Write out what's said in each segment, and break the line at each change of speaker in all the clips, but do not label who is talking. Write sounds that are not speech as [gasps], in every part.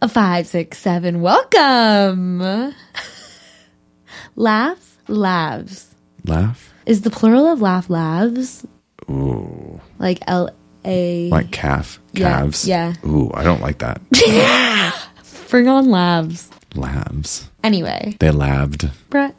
a five, six, seven. Welcome. [laughs] laugh, laughs
Laugh?
is the plural of laugh, laughs
Ooh.
like L A.
Like calf.
Yeah,
Calves.
yeah.
Ooh, I don't like that.
Bring on laughs.
Labs.
Anyway,
They labbed.
Brett,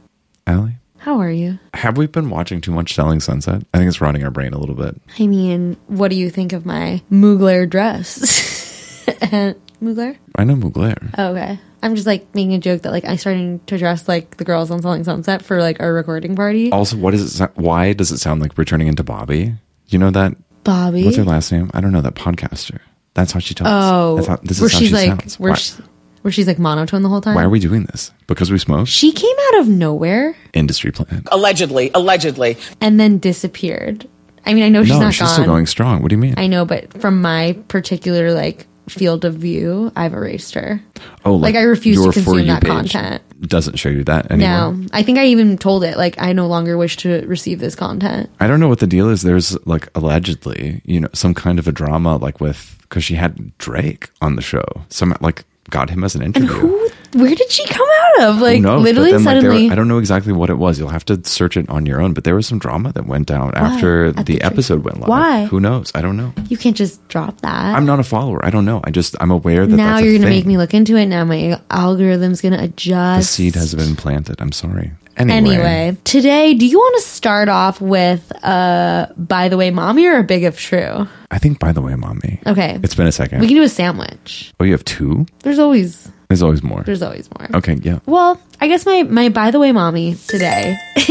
Allie?
how are you?
Have we been watching too much Selling Sunset? I think it's rotting our brain a little bit.
I mean, what do you think of my Mugler dress? And- [laughs] Mugler?
I know Mugler.
Oh, okay. I'm just like making a joke that like I started to dress like the girls on Selling Sunset for like our recording party.
Also, what is it? sou- Why does it sound like returning into Bobby? You know that?
Bobby.
What's her last name? I don't know that podcaster. That's how she talks.
Oh,
That's how, this
where
is how
she's
she
like,
sounds.
where,
Why,
she, where she's like monotone the whole time.
why are we doing this? Because we smoke?
she came out of nowhere
Industry plan.
allegedly, allegedly.
and then disappeared. I mean, I know she's
no,
not
she's
gone.
still going strong. What do you mean?
I know, but from my particular like field of view, I've erased her.
oh,
like, I refuse to
your For
consume
You
that
page
content.
Doesn't show you that anymore.
No, I think I even told it like I no longer wish to receive this content.
I don't know what the deal is. There's like allegedly, you know, some kind of a drama like with because she had Drake on the show. Some like got him as an interview.
Who? Where did she come out of? Like
Who knows? But
literally
then, like, there-
suddenly.
I don't know exactly what it was. You'll have to search it on your own. But there was some drama that went down after
At
the,
the Drake-
episode went live.
Why?
Who knows? I don't know.
you can't just drop that.
I'm not a follower. I don't know. I just I'm aware that
now
that's a
you're gonna
thing.
make me look into it. Now my algorithm's gonna
The
adjust.
seed has been planted. I'm sorry. Anyway,
Anyway, today, do you want to start off with, uh, by the way, mommy or a big if true?
I think by the way, mommy.
Okay.
It's been a second.
Oh. We can do a sandwich.
oh, you have two.
There's always,
There's always more.
there's always more.
okay, yeah.
Well, I guess my, my by the way, mommy today [laughs]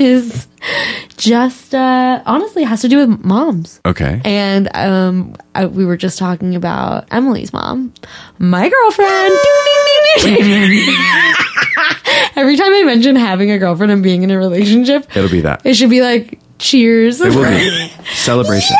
is just, uh, honestly has to do with moms.
Okay.
And, um, I, we were just talking about Emily's mom, my
[laughs]
girlfriend. Every time I mention having a girlfriend and being in a relationship,
It'll be that.
It should be like cheers.
It will
[laughs]
be celebration.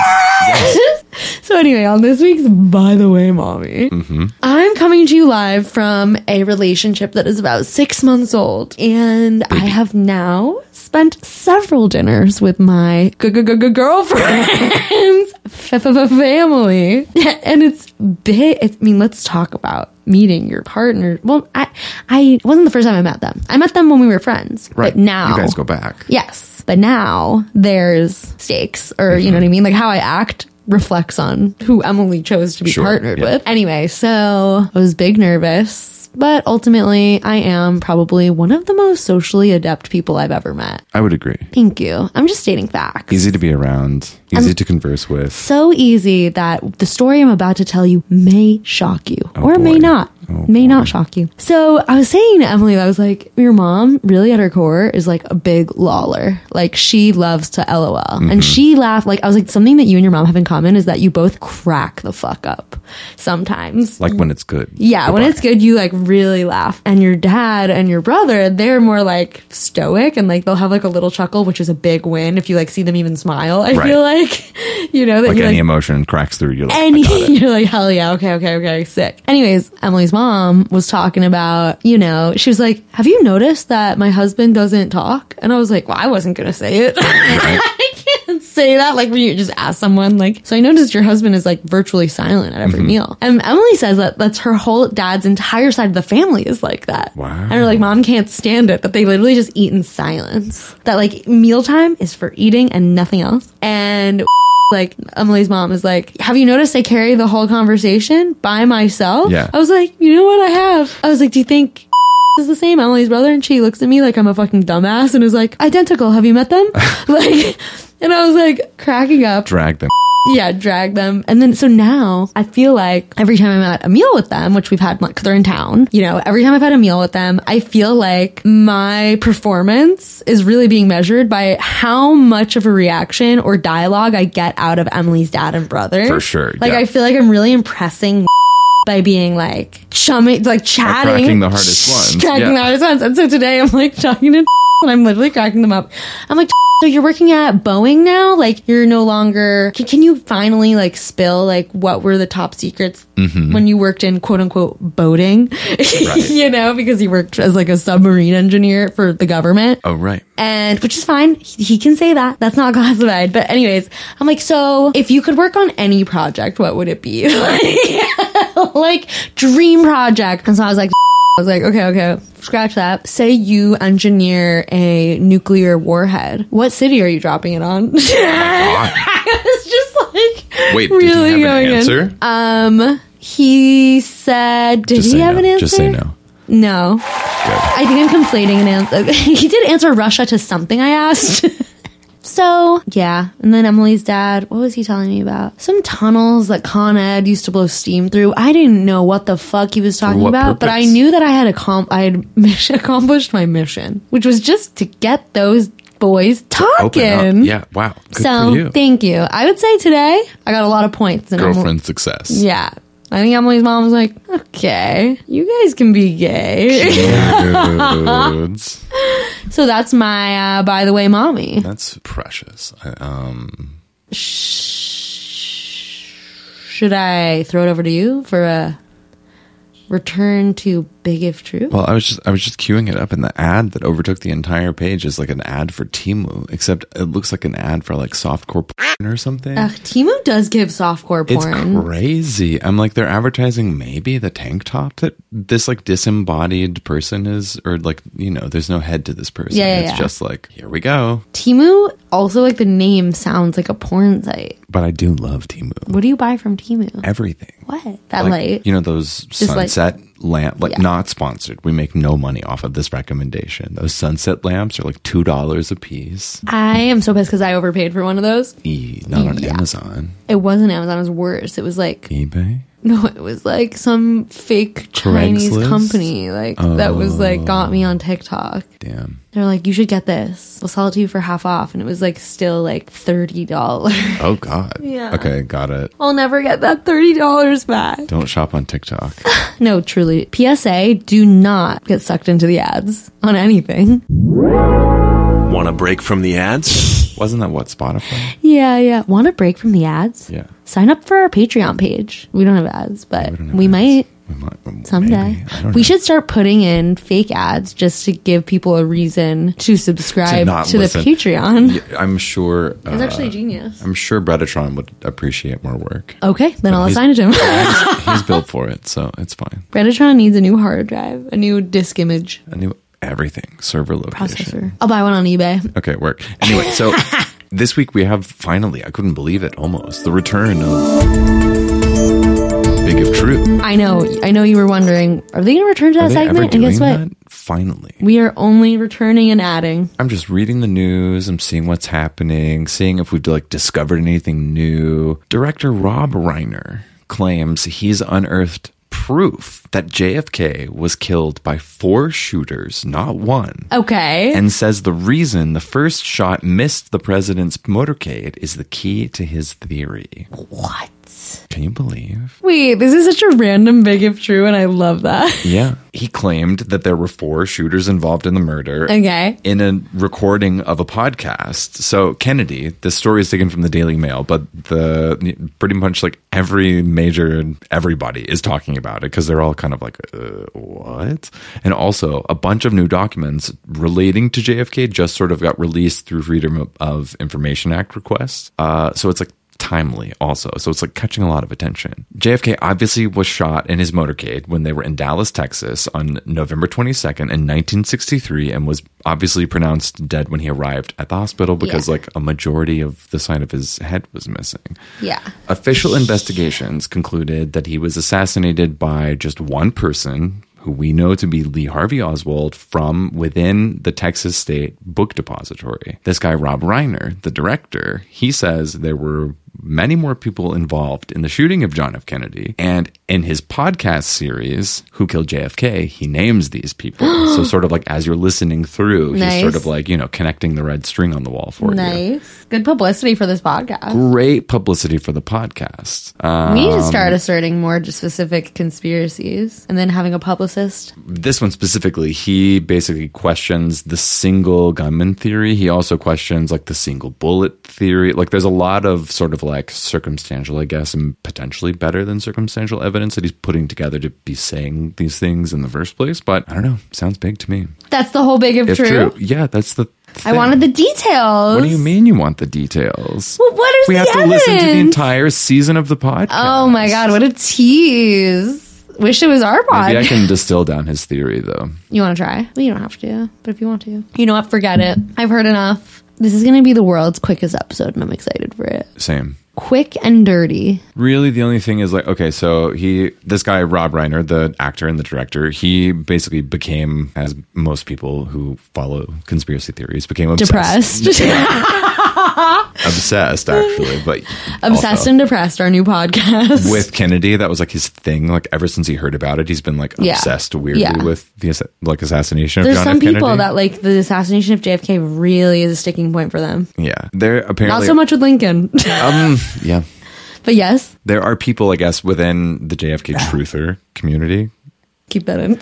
so anyway, on this week's by the way, mommy,
Mm-hmm.
I'm coming to you live from a relationship that is about six months old, and I have now spent several dinners with my g- g- g- g- girlfriend's [laughs] f- f- family, [laughs] and it's big. I mean, let's talk about meeting your partner. Well, I, I wasn't the first time I met them. I met them when we were friends,
Right
but now
you guys go back.
Yes. But now there's stakes, or you know what I mean? Like how I act reflects on who Emily chose to be
Sure,
partnered
yeah.
with. Anyway, so I was big nervous, but ultimately I am probably one of the most socially adept people I've ever met.
I would agree.
Thank you. I'm just stating facts.
Easy to be around.
Um,
Easy to converse with.
So easy that the story I'm about to tell you may shock you or
boy.
may not.
Oh,
may
boy.
not shock you. So I was saying to Emily, I was like, your mom really at her core is like a big loller. Like she loves to LOL.
Mm-hmm.
And she laughed. Like I was like, something that you and your mom have in common is that you both crack the fuck up sometimes.
Like when it's good.
Yeah, when it's good, you like really laugh. And your dad and your brother, they're more like stoic and like they'll have like a little chuckle, which is a big win if you like see them even smile. I
Right.
feel like, [laughs] you know, that
like
you
any
like
emotion cracks through. You're like, I got
any [laughs]
it.
you're like hell yeah okay okay okay sick anyways emily's mom was talking about you know she was like have you noticed that my husband doesn't talk and i was like well i wasn't gonna say it [laughs] i can't say that like when you just ask someone like so i noticed your husband is like virtually silent at
Mm-hmm.
every meal and emily says that that's her whole dad's entire side of the family is like that
Wow.
and her like mom can't stand it that they literally just eat in silence that like mealtime is for eating and nothing else and [laughs] like Emily's mom is like, "Have you noticed I carry the whole conversation by myself?"
Yeah.
I was like, "You know what I have?" I was like, "Do you think [laughs] is the same Emily's brother?" And she looks at me like I'm a fucking dumbass and is like, "Identical. Have you met them?" [laughs] like, and I was like cracking up.
drag them.
Yeah, drag them. And then so now I feel like every time I'm at a meal with them, which we've had because they're in town, you know, every time I've had a meal with them, I feel like my performance is really being measured by how much of a reaction or dialogue I get out of Emily's dad and brother.
For sure,
Like
yeah.
I feel like I'm really impressing by being like chumming, like chatting,
cracking the hardest
[laughs]
ones,
cracking
yeah.
the hardest ones. And so today I'm like talking to [laughs] and I'm literally cracking them up. I'm like, [laughs] so you're working at Boeing now? Like you're no longer. Can, can you finally like spill like what were the top secrets
Mm-hmm.
when you worked in quote unquote boating? [laughs] you know, because he worked as like a submarine engineer for the government
Oh, right.
and which is fine. He, he can say that. That's not [laughs] classified. But anyways, I'm [laughs] like, so if you could work on any project, what would it be? Like, like dream project. And so I was like, [laughs] I was like, okay, okay, scratch that. Say you engineer a nuclear warhead. What city are you dropping it on? [laughs] I was just like,
Oh Wait,
really
did he have
going
an
in.
answer?
Um, he said, did
Just
he
say
have
no.
an answer?
Just say no.
No. I think I'm conflating an answer. [laughs] he did answer Russia to something I asked. [laughs] so, yeah. And then Emily's dad, what was he telling me about? Some tunnels that Con Ed used to blow steam through. I didn't know what the fuck he was talking
what
about, but I
purpose?
knew that I had, accom- I had [laughs] mission- accomplished my mission, which was just to get those boys talking.
Open up. Yeah. Wow. Good
so,
for you.
thank you. I would say today, I got a lot of points. And Emily-
Girlfriend success.
yeah. I think Emily's mom was like, okay, you guys can be gay. [laughs]
Dudes.
so that's my, uh, by the way, mommy.
That's precious. I, um,
Should I throw it over to you for a return to Big If True?
well, I was just I was just queuing it up, and the ad that overtook the entire page is like an ad for Timu, except it looks like an ad for like softcore [laughs] porn or something.
Ugh, Timu does give softcore
It's
porn.
crazy. I'm like, they're advertising maybe the tank top that this like disembodied person is, or like, you know, there's no head to this person.
Yeah, yeah,
it's
yeah.
just like, here we go.
Timu, also like the name sounds like a porn site.
But I do love Timu.
What do you buy from Timu?
Everything.
What? That light?
You know, those
like-
sunset lamp, like
Yeah.
not sponsored. We make no money off of this recommendation. Those sunset lamps are like $2 a piece.
I am so pissed because I overpaid for one of those.
E, not on
Yeah.
Amazon.
It wasn't Amazon, it was worse. It was like [laughs]
eBay?
No, it was like some fake Chinese
Craigslist?
company like that was like got me on TikTok.
Damn.
They're like, you should get this. We'll sell it to you for half off, and it was like still like thirty dollars. [laughs]
Oh, God.
Yeah.
Okay, got it.
I'll never get that thirty dollars back.
Don't shop on TikTok.
No, truly. PSA: Do not get sucked into the ads on anything.
Want a break from the ads?
Wasn't that what Spotify?
Yeah, yeah. Want a break from the ads?
Yeah.
Sign up for our Patreon page. We don't have ads, but we,
have ads.
might.
We might
Someday.
maybe. I don't
We
know.
should start putting in fake ads just to give people a reason to subscribe
not
to, the
listen.
Patreon.
Yeah, I'm sure.
It's
Uh,
actually genius.
I'm sure Bretatron would appreciate more work.
Okay, then I'll
he's-
assign it to him.
[laughs]
Oh.
He's- He's built for it, so it's fine.
Redditron needs a new hard drive, a new disk image
I knew everything. Server location.
processor. I'll buy one on eBay.
Okay, it worked. Anyway,
[laughs]
so this week we have finally. I couldn't believe it. Almost the return of Big of Truth.
I know, I know you were wondering, are they going to return to that
Are they ever
segment? And guess what?
doing that? Finally.
We are only returning and adding.
I'm just reading the news. I'm seeing what's happening, seeing if we've like discovered anything new. Director Rob Reiner claims he's unearthed proof that JFK was killed by four shooters, not one.
Okay.
And says the reason the first shot missed the president's motorcade is the key to his theory.
what?
Can you believe?
Wait, this is such a random big if true, and I love
[laughs]
that.
Yeah. He claimed that there were four shooters involved in the murder.
okay.
in a recording of a podcast. So Kennedy, the story is taken from the Daily Mail, but the pretty much like every major everybody is talking about it because they're all kind of like uh, what? And also a bunch of new documents relating to JFK just sort of got released through Freedom of Information Act requests. Uh, so it's like timely also. So it's like catching a lot of attention. JFK obviously was shot in his motorcade when they were in Dallas, Texas on November 22nd in 1963 and was obviously pronounced dead when he arrived at the hospital because
Yeah.
like a majority of the side of his head was missing.
Yeah.
Official investigations concluded that he was assassinated by just one person who we know to be Lee Harvey Oswald from within the Texas State Book Depository. This guy, Rob Reiner, the director, he says there were many more people involved in the shooting of John F. Kennedy. And in his podcast series, Who Killed JFK, he names these
[gasps]
people. so, sort of like as you're listening through, he's
Nice.
sort of like, you know, connecting the red string on the wall for you.
Nice. Good publicity for this podcast.
Great publicity for the podcast.
we
Um,
need to start asserting more just specific conspiracies and then having a publicist.
this one specifically, he basically questions the single gunman theory. He also questions like the single bullet theory. Like there's a lot of sort of like circumstantial, I guess, and potentially better than circumstantial evidence that he's putting together to be saying these things in the first place. But I don't know. Sounds big to me.
That's the whole big if,
If
true.
true. Yeah, that's the
I wanted the details.
What do you mean you want the details?
Well, what is
we
the
have to listen to the
evidence?
entire season of the podcast.
Oh my god, what a tease. Wish it was our pod.
Maybe I can distill down his theory though.
You want to try? Well, you don't have to, but if you want to. You know what? Forget it. I've heard enough. This is going to be the world's quickest episode, and I'm excited for it.
Same.
Quick and dirty.
Really, the only thing is like, okay, so he, this guy, Rob Reiner, the actor and the director, he basically became, as most people who follow conspiracy theories, became obsessed.
Depressed.
[laughs]
[laughs]
Obsessed, actually, but
Obsessed
also-
and depressed, our new podcast.
with Kennedy, that was like his thing. Like ever since he heard about it, he's been like
Yeah.
obsessed weirdly
Yeah.
with the assa- like assassination
There's
of John
some
F. Kennedy.
people that like the assassination of JFK really is a sticking point for them.
yeah, there
Not
apparently
so much with [laughs] Lincoln.
Um, yeah,
but yes,
there are people, I guess, within the JFK truther community
keep that in.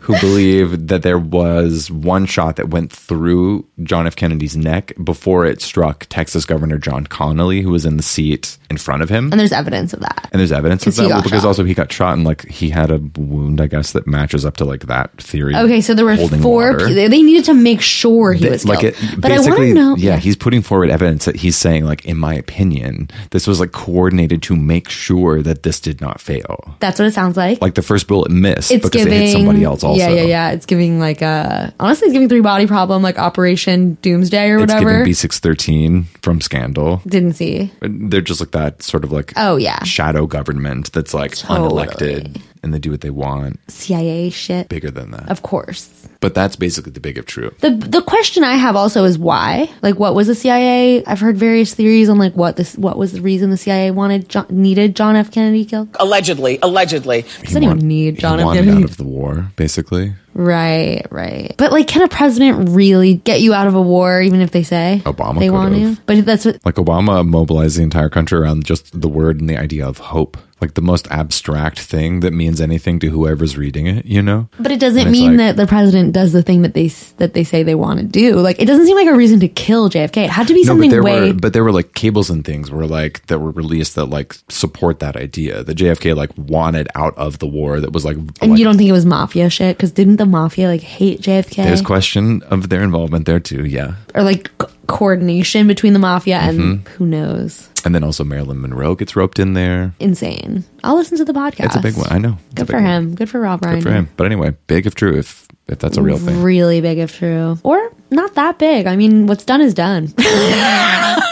who believe that there was one shot that went through John F. Kennedy's neck before it struck Texas Governor John Connally, who was in the seat in front of him.
[laughs] and there's evidence of that.
And there's evidence of
'Cause he
that well,
got
because
shot.
also he got shot and like he had a wound, I guess, that matches up to like that theory.
Okay, so there were
Holding
four.
water.
Pe- they needed to make sure he
Th-
was killed.
it-
but I want
basically,
to know.
Yeah, he's putting forward evidence that he's saying, like, in my opinion, this was like coordinated to make sure that this did not fail.
That's what it sounds like.
Like the first bullet missed
it's
because
giving
it hit somebody else. Also,
Yeah, yeah, yeah. It's giving like a honestly, it's giving three body problem, like Operation Doomsday or
It's
whatever.
giving B six thirteen from Scandal.
Didn't see.
They're just like that sort of like
Oh yeah,
shadow government that's like unelected and they do what they want.
CIA shit.
Bigger than that,
Of course.
but that's basically the big of true.
The the question I have also is why? Like, what was the CIA? I've heard various theories on like what this what was the reason the CIA wanted John, needed John F. Kennedy killed.
allegedly, allegedly.
Does anyone need
he
John F.
wanted
Kennedy?
out of the war, basically.
Right, right. But like, can a president really get you out of a war, even if they say
Obama
they
could
want
have.
you? But that's what
Like Obama mobilized the entire country around just the word and the idea of hope. Like the most abstract thing that means anything to whoever's reading it, you know?
But it doesn't
And it's
mean
like-
that the president does the thing that they s- that they say they want to do. Like it doesn't seem like a reason to kill JFK. It had to be
but
something
there
way.
were but there were like cables and things were like that were released that like support that idea. The JFK like wanted out of the war that was like,
and
like,
you don't think it was mafia shit? Because didn't the mafia like hate JFK?
there's question of their involvement there too, yeah.
or like c- coordination between the mafia and
Mm-hmm.
who knows?
And then also Marilyn Monroe gets roped in there.
Insane. I'll listen to the podcast.
It's a big one. I know. It's a
Good
big
for
one.
him. Good for Rob Reiner.
Good for him. But anyway, big of true if if that's a real thing.
Really big if true, or not that big. I mean, what's done is done. [laughs] it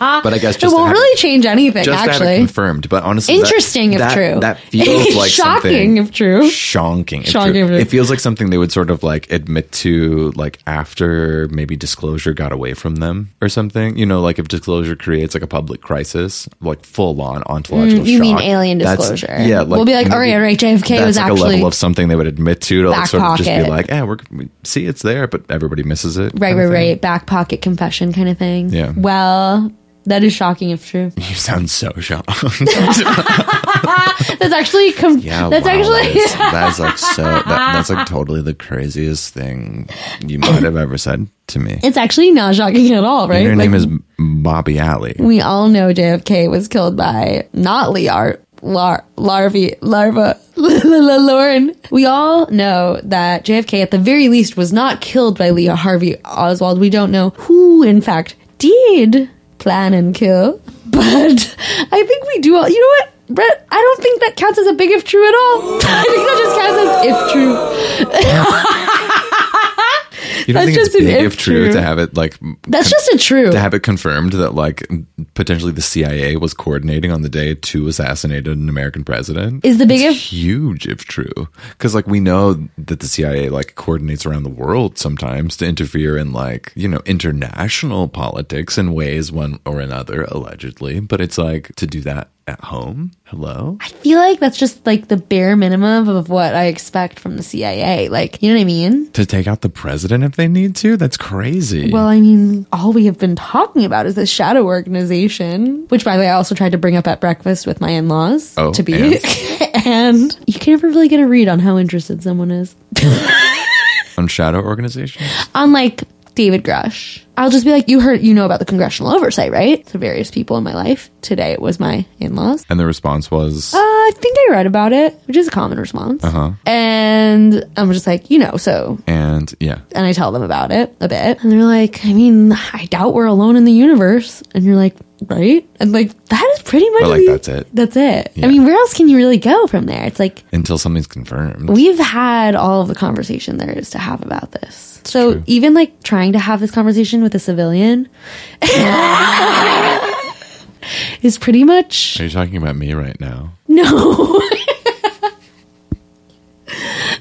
But I guess just to
won't
have-
Ah, really change anything.
just to have it
actually,
confirmed. But honestly, that-
interesting if
that-
true. [laughs]
That feels like
shocking
something-
if true.
Shocking. If
Shocking
true.
if true.
It feels like something they would sort of like admit to, like after maybe disclosure got away from them or something. You know, like if disclosure creates like a public crisis, like full on ontological.
Mm, you mean
shock,
alien
that's-
disclosure.
Yeah, like,
We'll be like, all right, all right, JFK
that's
was
like a
actually-
level of something they would admit to to like
Back
sort of just
pocket.
be like, yeah, we're we see it's there, but everybody misses it.
Right,
kind
right,
of thing.
right. Back pocket confession kind of thing.
Yeah.
Well, that is shocking if true.
[laughs] You sound so shocked.
[laughs] That's actually com-
Yeah,
that's
wow,
actually
that is, that is, like so that, that's like totally the craziest thing you might have ever said to me.
[laughs] it's actually not shocking at all, right?
Your
Like,
name is Bobby Alley.
we all know JFK was killed by not Liar Lar Larvae Larva [laughs] Lauren. We all know that JFK at the very least was not killed by Lee Harvey Oswald. We don't know who in fact did plan and kill. [laughs] But I think we do all you know what? Brett, I don't think that counts as a big if true at all. [laughs] I think that just counts as if true.
You don't
that's
think it's
just an
big
if
if true,
true.
to have it like
That's
con-
just a true.
to have it confirmed that like potentially the CIA was coordinating on the day to assassinate an American president.
Is the big
It's
if-
huge if true because like we know that the CIA like coordinates around the world sometimes to interfere in like you know international politics in ways one or another allegedly, but it's like to do that at home. Hello,
I feel like that's just like the bare minimum of what I expect from the CIA. Like, you know what I mean?
to take out the president if they need to. That's crazy.
Well, I mean, all we have been talking about is this shadow organization, which, by the way, I also tried to bring up at breakfast with my in laws
Oh,
to be. [laughs] And? you can never really get a read on how interested someone is.
on shadow organizations.
Unlike David Grush, I'll just be like, you heard, you know about the congressional oversight, right? To various people in my life. Today it was my in laws.
And the response was,
Uh, I think I read about it, which is a common response. And I'm just like, you know, so
and yeah,
and I tell them about it a bit. And they're like, I mean, I doubt we're alone in the universe. And you're like, right? And like, that is pretty much
Or, like,
the-
that's it.
That's it.
Yeah.
I mean, where else can you really go from there? It's like,
until something's confirmed.
we've had all of the conversation there is to have about this. so
true.
even like trying to have this conversation with a civilian [laughs] is pretty much
Are you talking about me right now?
no.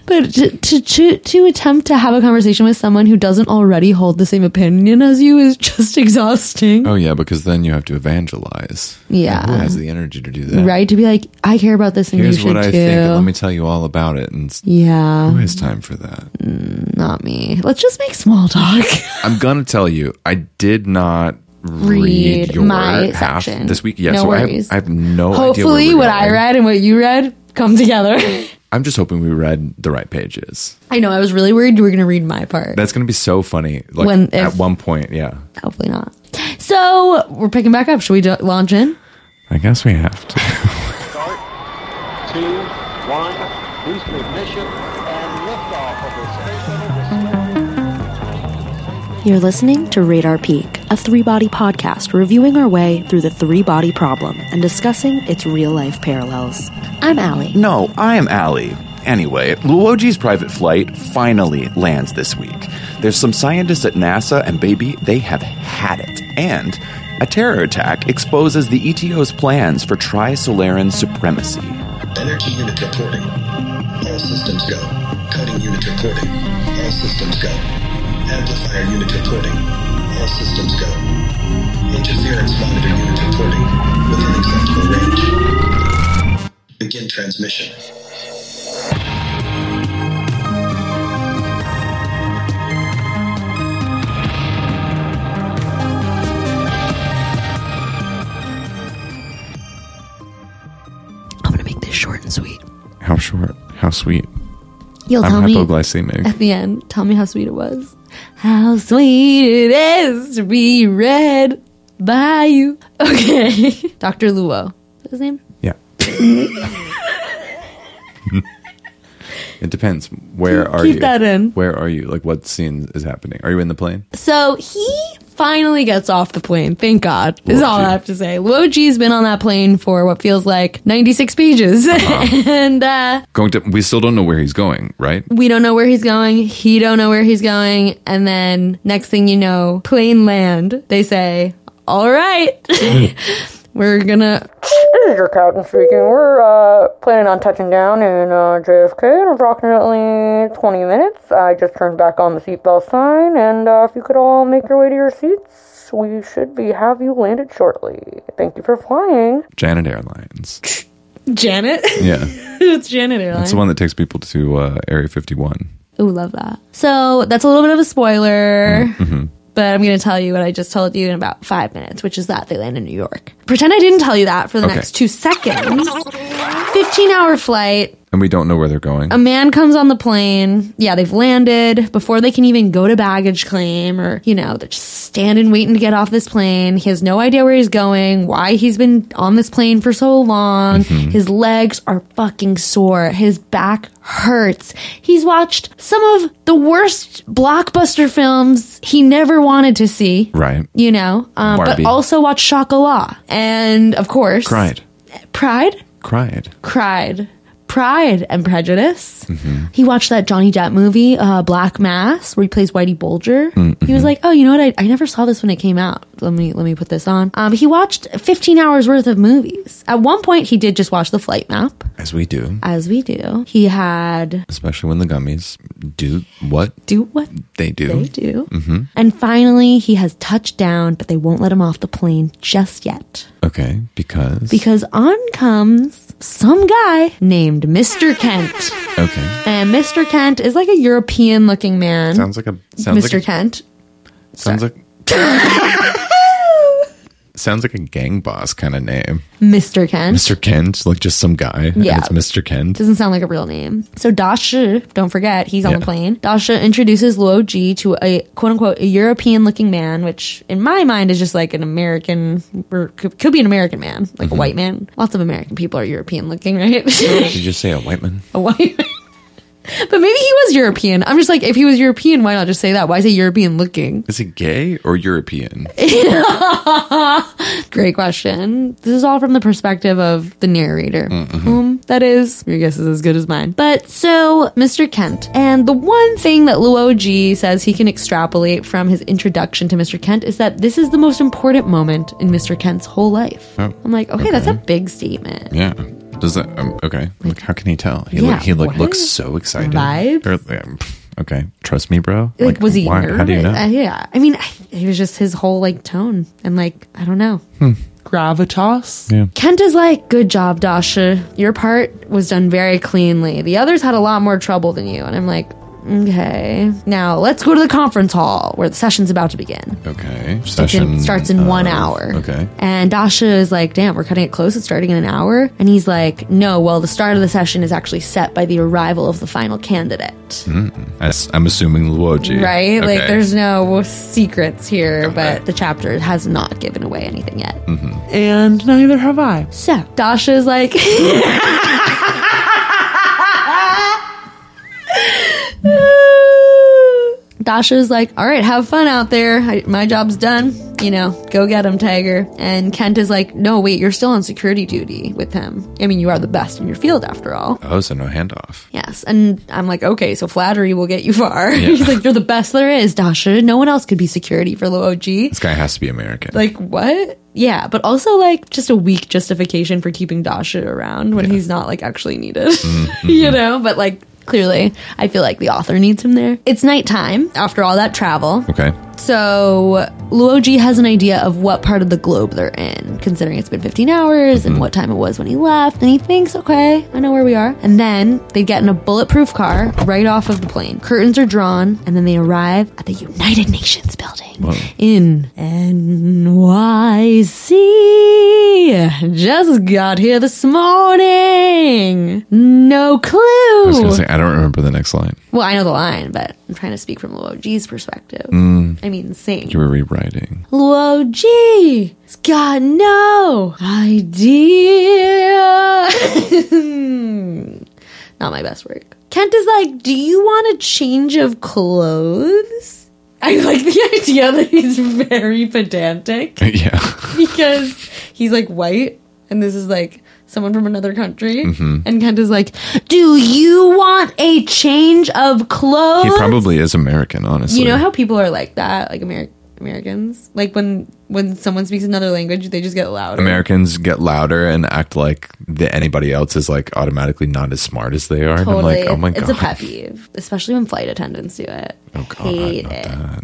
But to, to, to, to attempt to have a conversation with someone who doesn't already hold the same opinion as you is just [laughs] exhausting.
Oh yeah, because then you have to evangelize.
Yeah.
And who has the energy to do that?
Right? To be like, I care about this and
Here's
you should
what I
too. Mm.
think. and Let me tell you all about it. And s- who
yeah,
has time for that?
not me. Let's just make small
[laughs]
talk.
I'm gonna tell you, I did not read,
Read
your
my
half
section.
this week. Yeah,
No
so I have,
worries.
I have no idea. where
Hopefully,
we're
what I
going.
read and what you read come
[laughs]
together.
I'm just hoping we read the right pages.
I know. I was really worried you were going to read my part.
That's gonna be so funny. Like
When-
at
if-
one point, yeah.
Hopefully not. So we're picking back up. Should we do- launch in?
I guess we have to. [laughs]
start, two, one, boost ignition, and liftoff of the Space Shuttle Discovery.
You're listening to Radar Peak, a three body podcast reviewing our way through the three body problem and discussing its real life parallels. I'm Allie.
No, Oh, I am Allie. Anyway, Luogi's private flight finally lands this week. There's some scientists at NASA, and baby, they have had it. And a terror attack exposes the ETO's plans for Tri Solaran supremacy.
Energy unit reporting. All systems go. Cutting unit reporting. All systems go. Amplifier unit reporting. All systems go. Interference monitor unit reporting. Within acceptable range. Begin transmission.
I'm going to make this short and sweet.
How short? How sweet?
You'll
I'm
tell me
hypoglycemic.
at the end. Tell me how sweet it was. How sweet it is to be read by you. [laughs] Okay. Dr. Luo. Is that his name? [laughs]
Yeah. it depends. Where are
keep
you?
that in.
Where are you? Like, what scene is happening? Are you in the plane?
So he finally gets off the plane. Thank God. Is all I have to say. Luoji's been on that plane for what feels like 96 pages. [laughs] and uh,
Going to? We still don't know where he's going, right?
we don't know where he's going. He don't know where he's going. And then next thing you know, plane land. They say, "All right, [laughs] we're gonna."
This is your captain speaking. We're uh, planning on touching down in uh, JFK in approximately 20 minutes. I just turned back on the seatbelt sign, and uh, if you could all make your way to your seats, we should be have you landed shortly. Thank you for flying.
Janet Airlines.
Janet,
Yeah,
[laughs] it's Janet Airlines.
it's the one that takes people to uh, Area 51.
Ooh, love that. So that's a little bit of a spoiler. But I'm going to tell you what I just told you in about five minutes, which is that they land in New York. Pretend I didn't tell you that for the
Okay.
next two seconds. 15 hour flight.
And we don't know where they're going.
A man comes on the plane. Yeah, they've landed. Before they can even go to baggage claim or, you know, they're just standing waiting to get off this plane. He has no idea where he's going, why he's been on this plane for so long.
Mm-hmm.
His legs are fucking sore. His back hurts. He's watched some of the worst blockbuster films he never wanted to see.
right.
You know, um, but
Barbie.
also watched Chocolat. And of course,
Cried.
Pride?
Cried.
cried pride and prejudice he watched that johnny depp movie uh, black mass where he plays whitey bulger he was like oh you know what I, I never saw this when it came out let me let me put this on um, he watched 15 hours worth of movies at one point he did just watch the flight map
As we do,
as we do he had
especially when the gummies do what
do what
they do.
they do and finally he has touched down but they won't let him off the plane just yet
Okay, because.
because on comes some guy named mr kent
Okay.
And Mr. Kent is like a European looking man.
Sounds like a. Sounds
Mr.
Like [laughs] a,
Kent.
Sounds like. sounds like a gang boss kind of name.
Mr. Ken.
Mr. Kent, like just some guy. and
Yeah.
it's Mr. Kent.
Doesn't sound like a real name. So Dasha, don't forget, he's on
Yeah.
the plane. Dasha introduces Luo Ji to a quote unquote a European looking man, which in my mind is just like an American, or could, could be an American man, like a white man. Lots of American people are European looking, right?
Did you say a white man?
a white man. But maybe he was European. I'm just like, if he was European, why not just say that? Why say European looking?
Is he gay or European?
Great question. This is all from the perspective of the narrator, whom that is. Your guess is as good as mine. But so, Mr. Kent. And the one thing that Luo G says he can extrapolate from his introduction to Mr. Kent is that this is the most important moment in Mr. Kent's whole life. I'm like, okay, that's a big statement.
Yeah. Does that um, okay? Like, how can he tell? He
Yeah,
look, he look,
what?
looks so excited.
Vibes?
Or, um, okay, trust me, bro.
Like, was he
why-
nervous?
How do you know?
Uh, yeah. I mean, I, it was just his whole, like, tone. And, like, I don't know.
Hmm.
Gravitas.
Kent is like, good job, Dasha. Your part was done very cleanly. The others had a lot more trouble than you. And I'm like, okay. Now let's go to the conference hall where the session's about to begin.
okay,
It's in-
session
starts in one
of-
hour.
Okay,
And Dasha is like, damn, we're cutting it close. It's starting in an hour. And he's like, no, well, the start of the session is actually set by the arrival of the final candidate.
I s- I'm assuming Luoji.
Right?
Okay.
Like, there's no secrets here, but the chapter has not given away anything yet.
And neither have I.
So Dasha's like. [laughs] Dasha's like, all right, have fun out there. I, my job's done. You know, go get him, Tiger. And Kent is like, no, wait, you're still on security duty with him. I mean, you are the best in your field after all.
oh, so no handoff.
Yes. And I'm like, okay, so flattery will get you far. [laughs] He's like, you're the best there is, Dasha. No one else could be security for Low OG.
This guy has to be American.
Like what? Yeah, but also like just a weak justification for keeping Dasha around when he's not like actually needed. [laughs] you know, but like clearly I feel like the author needs him there. It's nighttime after all that travel.
okay,
So Luoji has an idea of what part of the globe they're in, considering it's been 15 hours and what time it was when he left. And he thinks, okay, I know where we are. And then they get in a bulletproof car right off of the plane. Curtains are drawn, and then they arrive at the United Nations building in NYC. Just got here this morning. No clue.
I was gonna say I don't remember the next line.
Well, I know the line, but I'm trying to speak from Luo G's perspective. I mean, sing.
You were rewriting. [laughs]
Luo G has got no idea. [laughs] Not my best work. Kent is like, Do you want a change of clothes? I like the [laughs] idea that he's very pedantic [laughs]
yeah,
because he's like white and this is like someone from another country and Kent is like do you want a change of clothes
he probably is American. Honestly,
you know how people are like that like Ameri- Americans like when when someone speaks another language they just get louder
Americans get louder and act like that anybody else is like automatically not as smart as they are.
totally
And I'm like, oh my
it's
god,
a pet peeve especially when flight attendants do it oh
God,
hate
not
it
that.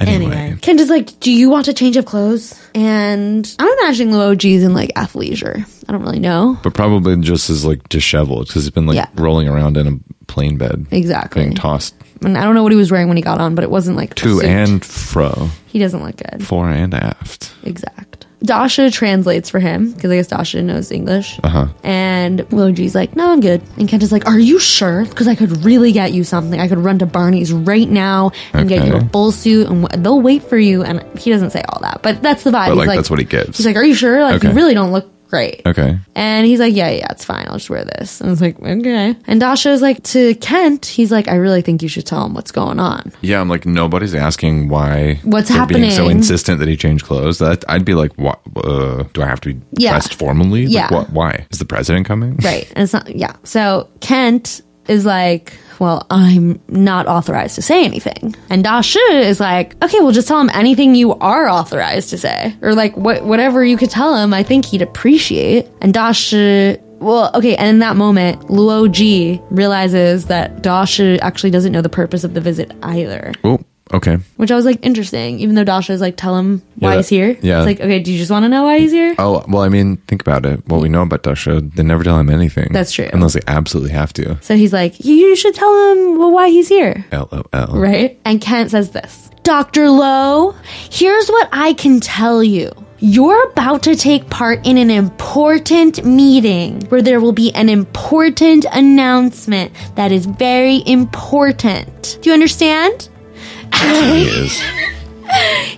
Anyway.
Anyway,
Kent is like, Do you want a change of clothes? And I'm imagining Luo G's in like athleisure. I don't really know.
but probably just as like disheveled because he's been like
Yeah.
rolling around in a plane bed,
Exactly.
being tossed
and I don't know what he was wearing when he got on, but it wasn't like a
to
suit.
and fro,
he doesn't look good.
fore and aft.
Exact. Dasha translates for him because I guess Dasha knows English.
Uh-huh.
Uh huh. And Loji's like, "No, I'm good." And Kent is like, "Are you sure? Because I could really get you something. I could run to Barney's right now and get you a
Okay.
bull suit, and w- they'll wait for you." And he doesn't say all that, but that's the vibe.
But,
He's
like, that's what he gives.
He's like, "Are you sure? Like, you
Okay.
really don't look great."
Okay,
And he's like, yeah, yeah, it's fine. I'll just wear this. And I was like, okay. And Dasha's like, to Kent, he's like, I really think you should tell him what's going on.
yeah, I'm like nobody's asking why
What's
they're Being so
happening?
insistent that he changed clothes that I'd be like, what? Uh, do I have to be
Yeah.
dressed formally? Like,
Yeah.
what, why is the president coming?
Right. And it's not, yeah. So Kent is like, well, I'm not authorized to say anything. And Dasha is like, okay, well, just tell him anything you are authorized to say. Or like, what, whatever you could tell him, I think he'd appreciate. And Dasha, well, okay. And in that moment, Luo Ji realizes that Dasha actually doesn't know the purpose of the visit either,
Oh, okay.
which I was like, interesting. Even though Dasha is like, tell him why
Yeah,
he's here.
yeah.
It's like, okay, do you just want to know why he's here?
Oh well, I mean, think about it. What we know about Dasha, they never tell him anything.
That's true.
unless they absolutely have to.
So he's like, you should tell him well, why he's here.
LOL. [laughs]
Right? And Kent says this Dr. Lowe, here's what I can tell you. You're about to take part in an important meeting where there will be an important announcement that is very important. Do you understand?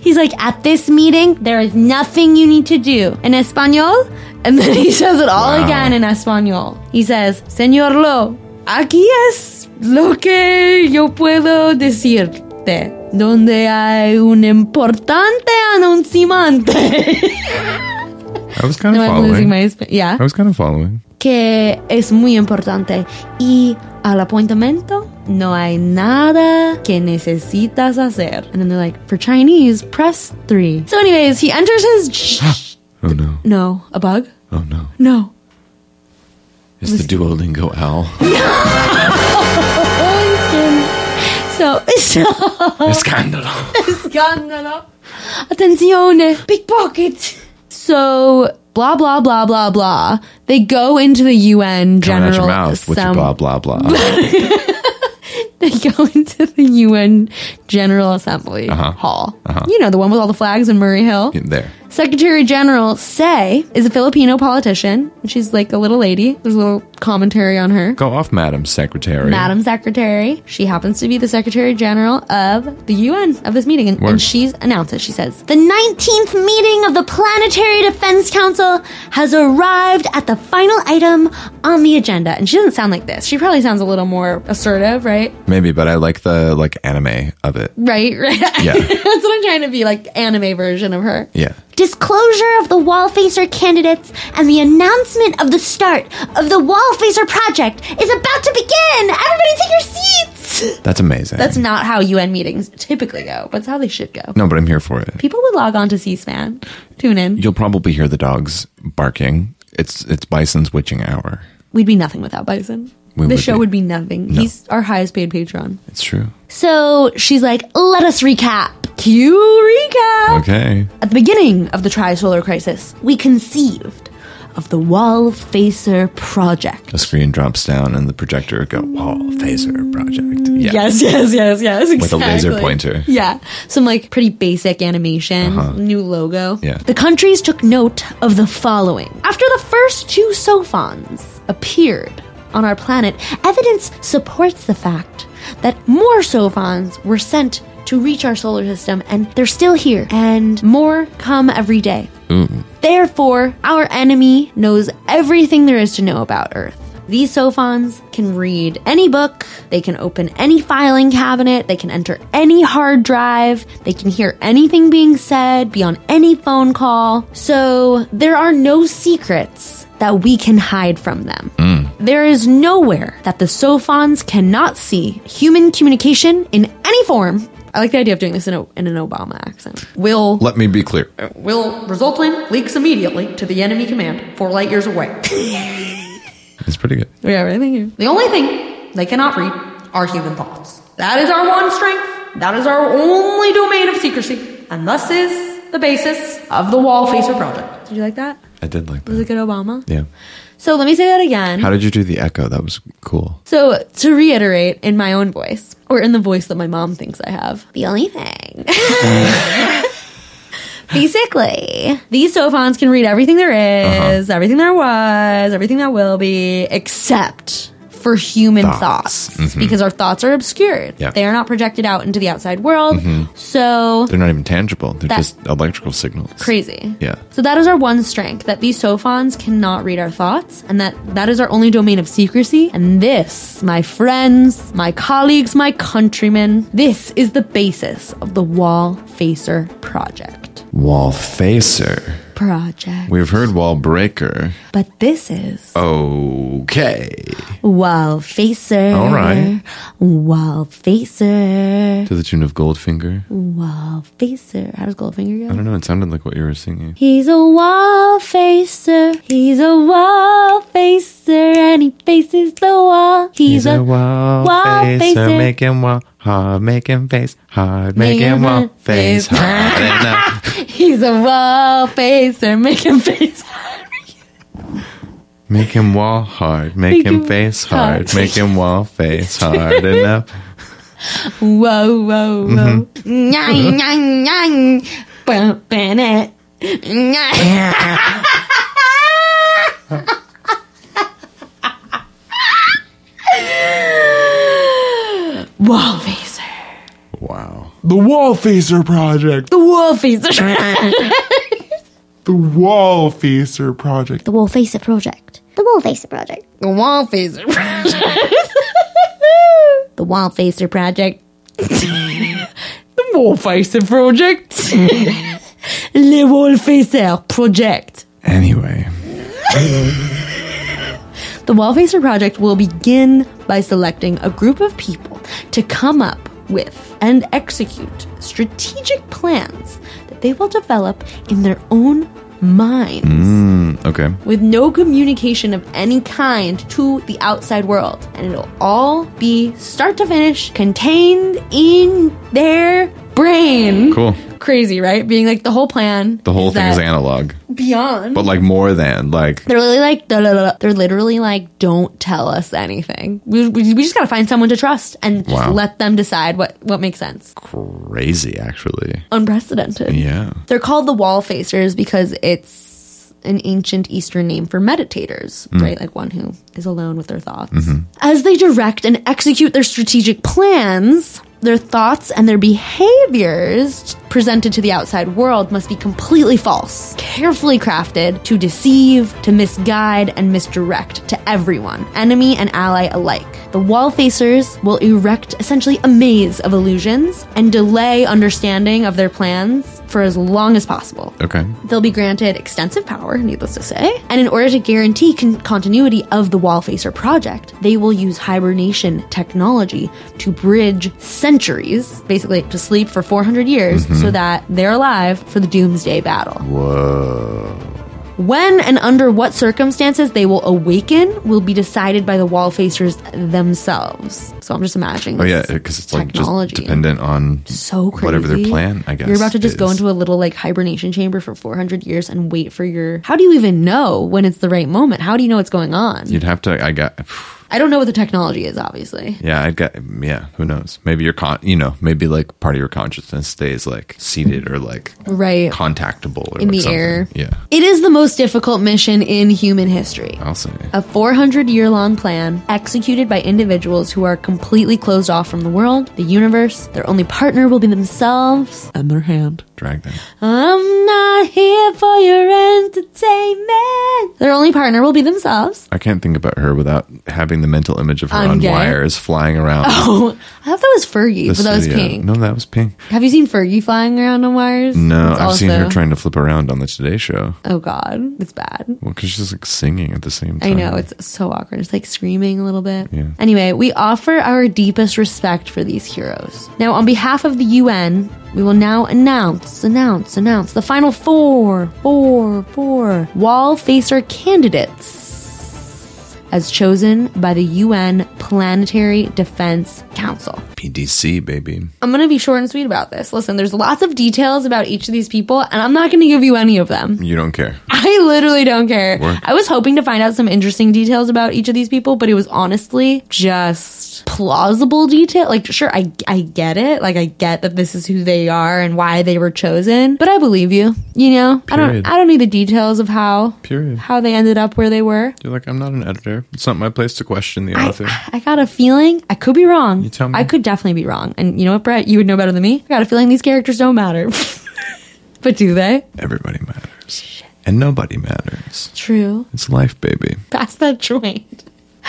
He's like, at this meeting, there is nothing you need to do. In Espanol? [laughs] And then he says it all again in Espanol. He says, Señor Lo, aquí es lo que yo puedo decirte. Donde hay un importante anunciante. [laughs]
I was kind of
I'm
following.
losing my. Sp- yeah.
I was kind of following.
que es muy importante. Y al appointmento no hay nada que necesitas hacer. And then they're like, for Chinese, press three. So, anyways, he enters
[gasps]
his.
Oh no!
no, a bug?
Oh no!
No.
It's the
[laughs]
Duolingo owl.
So, [laughs] so
Scandalo.
Scandalo. Attenzione. eh, Pickpocket. So, blah, blah, blah, blah, blah. They go into the UN
[laughs]
General
Coming out your mouth with your
Assembly. [laughs]
blah blah blah.
they go into the UN General Assembly
Uh-huh.
Hall. You know, the one with all the flags in Murray Hill.
In [laughs] there.
Secretary General Say is a Filipino politician. She's like a little lady. There's a little commentary on her.
Go off, Madam Secretary.
Madam Secretary. She happens to be the Secretary General of the UN of this meeting, and,
Word.
and she's announced it. She says, The 19th meeting of the Planetary Defense Council has arrived at the final item on the agenda. And she doesn't sound like this. She probably sounds a little more assertive, right?
Maybe, but I like the like anime of it.
Right, [laughs] right.
Yeah.
That's what I'm trying to be like anime version of her.
Yeah.
Disclosure of the wall facer candidates and the announcement of the start of the wall facer project is about to begin. Everybody take your seats.
That's amazing.
That's not how UN meetings typically go, but it's how they should go.
no, but I'm here for it.
People would log on to C-SPAN, tune in.
You'll probably hear the dogs barking. It's it's Bison's witching hour.
We'd be nothing without Bison.
We
the
would
show
be.
would be nothing. He's our highest paid patron.
It's true.
So she's like, let us recap. Cue recap.
Okay.
At the beginning of the Tri-Solar Crisis, we conceived of the Wall Facer Project.
The screen drops down and the projector go wall phaser project. Yeah.
Yes, yes, yes, yes. Exactly.
With a laser pointer. Uh-huh.
Yeah. Some like pretty basic animation, new logo.
Yeah.
The countries took note of the following. After the first two Sophons appeared on our planet, evidence supports the fact that more Sophons were sent to reach our solar system and they're still here and more come every day. Therefore, our enemy knows everything there is to know about Earth. These Sophons can read any book, they can open any filing cabinet, they can enter any hard drive, they can hear anything being said, be on any phone call. So there are no secrets that we can hide from them. There is nowhere that the Sophons cannot see human communication in any form. I like the idea of doing this in, a, in an Obama accent. Will
Let me be clear.
will result in leaks immediately to the enemy command four light years away.
[laughs] It's pretty good.
yeah, right. Thank you. The only thing they cannot read are human thoughts. That is our one strength. That is our only domain of secrecy, and thus is the basis of the Wall Facer project. Did you like that?
I did like
Was it
that.
good, Obama?
Yeah.
So let me say that again.
How did you do the echo? That was cool.
So, to reiterate in my own voice, or in the voice that my mom thinks I have, the only thing. [laughs] Basically, these Sophons can read everything there is, everything there was, everything that will be, except for human
Thoughts.
thoughts, because our thoughts are obscured.
Yeah.
They are not projected out into the outside world. So,
They're not even tangible. They're
That-
just electrical signals.
crazy.
Yeah.
So that is our one strength that these sophons cannot read our thoughts, and that that is our only domain of secrecy. And this, my friends, my colleagues, my countrymen, this is the basis of the Wall Facer Project.
Wall facer.
Project.
We've heard wall breaker.
but this is
Okay.
Wall Facer.
All right.
Wall Facer.
To the tune of Goldfinger.
Wall Facer. How does Goldfinger
I
go?
don't know. It sounded like what you were singing.
He's a wall facer. He's a wall facer, and he faces the wall. He's, a,
wall,
wall facer.
Make him wall hard. Make him face hard. Make him wall face hard. enough.
he's a wall facer. Make him face.
Make him wall hard. Make him
him
face
hard.
hard. Make him wall face hard enough.
Mm-hmm. Whoa, whoa, whoa! eh. Nyang, nyang, nyang. Bumping it. Wall phaser.
Wow.
The Wall Facer Project.
The wall phaser.
The Wall Facer Project.
The Wall Facer Project. The Wall Facer Project.
the wall phaser project. the wall phaser project. the wall phaser [laughs] project. Le wall phaser project.
Anyway,
The Wall Facer Project will begin by selecting a group of people to come up with and execute strategic plans that they will develop in their own minds
Hmm? okay.
with no communication of any kind to the outside world. And it'll all be start to finish contained in their brain.
Cool.
Crazy, right? Being like the whole plan.
The whole thing is
that
analog,
beyond.
but like more than like
They're really like, "Da, da, da, da." they're literally like, don't tell us anything. We, we, we just gotta find someone to trust and just
Wow.
let them decide what, what makes sense.
crazy actually.
Unprecedented.
Yeah.
They're called the wall facers because it's an ancient Eastern name for meditators, right? Like one who is alone with their thoughts. As they direct and execute their strategic plans, their thoughts and their behaviors presented to the outside world must be completely false, carefully crafted to deceive, to misguide, and misdirect to everyone, enemy and ally alike. The wall facers will erect essentially a maze of illusions and delay understanding of their plans for as long as possible.
Okay.
They'll be granted extensive power, needless to say, and in order to guarantee con- continuity of the wall facer project, they will use hibernation technology to bridge centuries, basically to sleep for 400 years
Mm-hmm.
so that they're alive for the doomsday battle. When and under what circumstances they will awaken will be decided by the wall facers themselves. So I'm just imagining.
Oh yeah,
this
because it's like
technology.
just dependent on
So crazy.
whatever their plan. I guess
you're about to just go
is.
into a little like hibernation chamber for 400 years and wait for your. How do you even know when it's the right moment? How do you know what's going on?
You'd have to. I got.
I don't know what the technology is, obviously.
Yeah, I got. Yeah, who knows? Maybe your con. You know, maybe like part of your consciousness stays like seated or like
Right.
contactable or
In the
something.
air.
Yeah,
It is the most difficult mission in human history.
I'll say.
A 400 year long plan executed by individuals who are completely closed off from the world, the universe. Their only partner will be themselves.
And their hand.
Drag them.
I'm not here for your entertainment. Their only partner will be themselves.
I can't think about her without having the mental image of her
I'm
on
gay.
wires flying around.
Oh, I thought that was Fergie,
the
but that was
studio.
Pink.
No, that was pink.
Have you seen Fergie flying around on wires?
No,
That's
I've seen her
also-
trying to flip around on the Today Show.
Oh God, it's bad.
Well, because she's like singing at the same time.
I know it's so awkward. It's like screaming a little bit.
Yeah.
Anyway, we offer our deepest respect for these heroes. Now, on behalf of the UN, we will now announce, announce, announce the final four, four, four wall facer candidates as chosen by the UN Planetary Defense Council.
PDC baby.
I'm going to be short and sweet about this. Listen, there's lots of details about each of these people, and I'm not going to give you any of them. [laughs]
You don't care.
I literally don't care.
Work.
I was hoping to find out some interesting details about each of these people, but it was honestly just plausible detail. Like, sure, I, I get it. Like, I get that this is who they are and why they were chosen, but I believe you. You know, I
Period.
don't. I don't need the details of how
Period.
how they ended up where they were.
You're like, I'm not an editor. It's not my place to question the author.
I got a feeling I could be wrong. You
tell me.
I could definitely be wrong. And you know what, Brett? You would know better than me. I got a feeling these characters don't matter. [laughs] but do they?
Everybody matters. And nobody matters.
True.
It's life, baby.
past that joint. [laughs]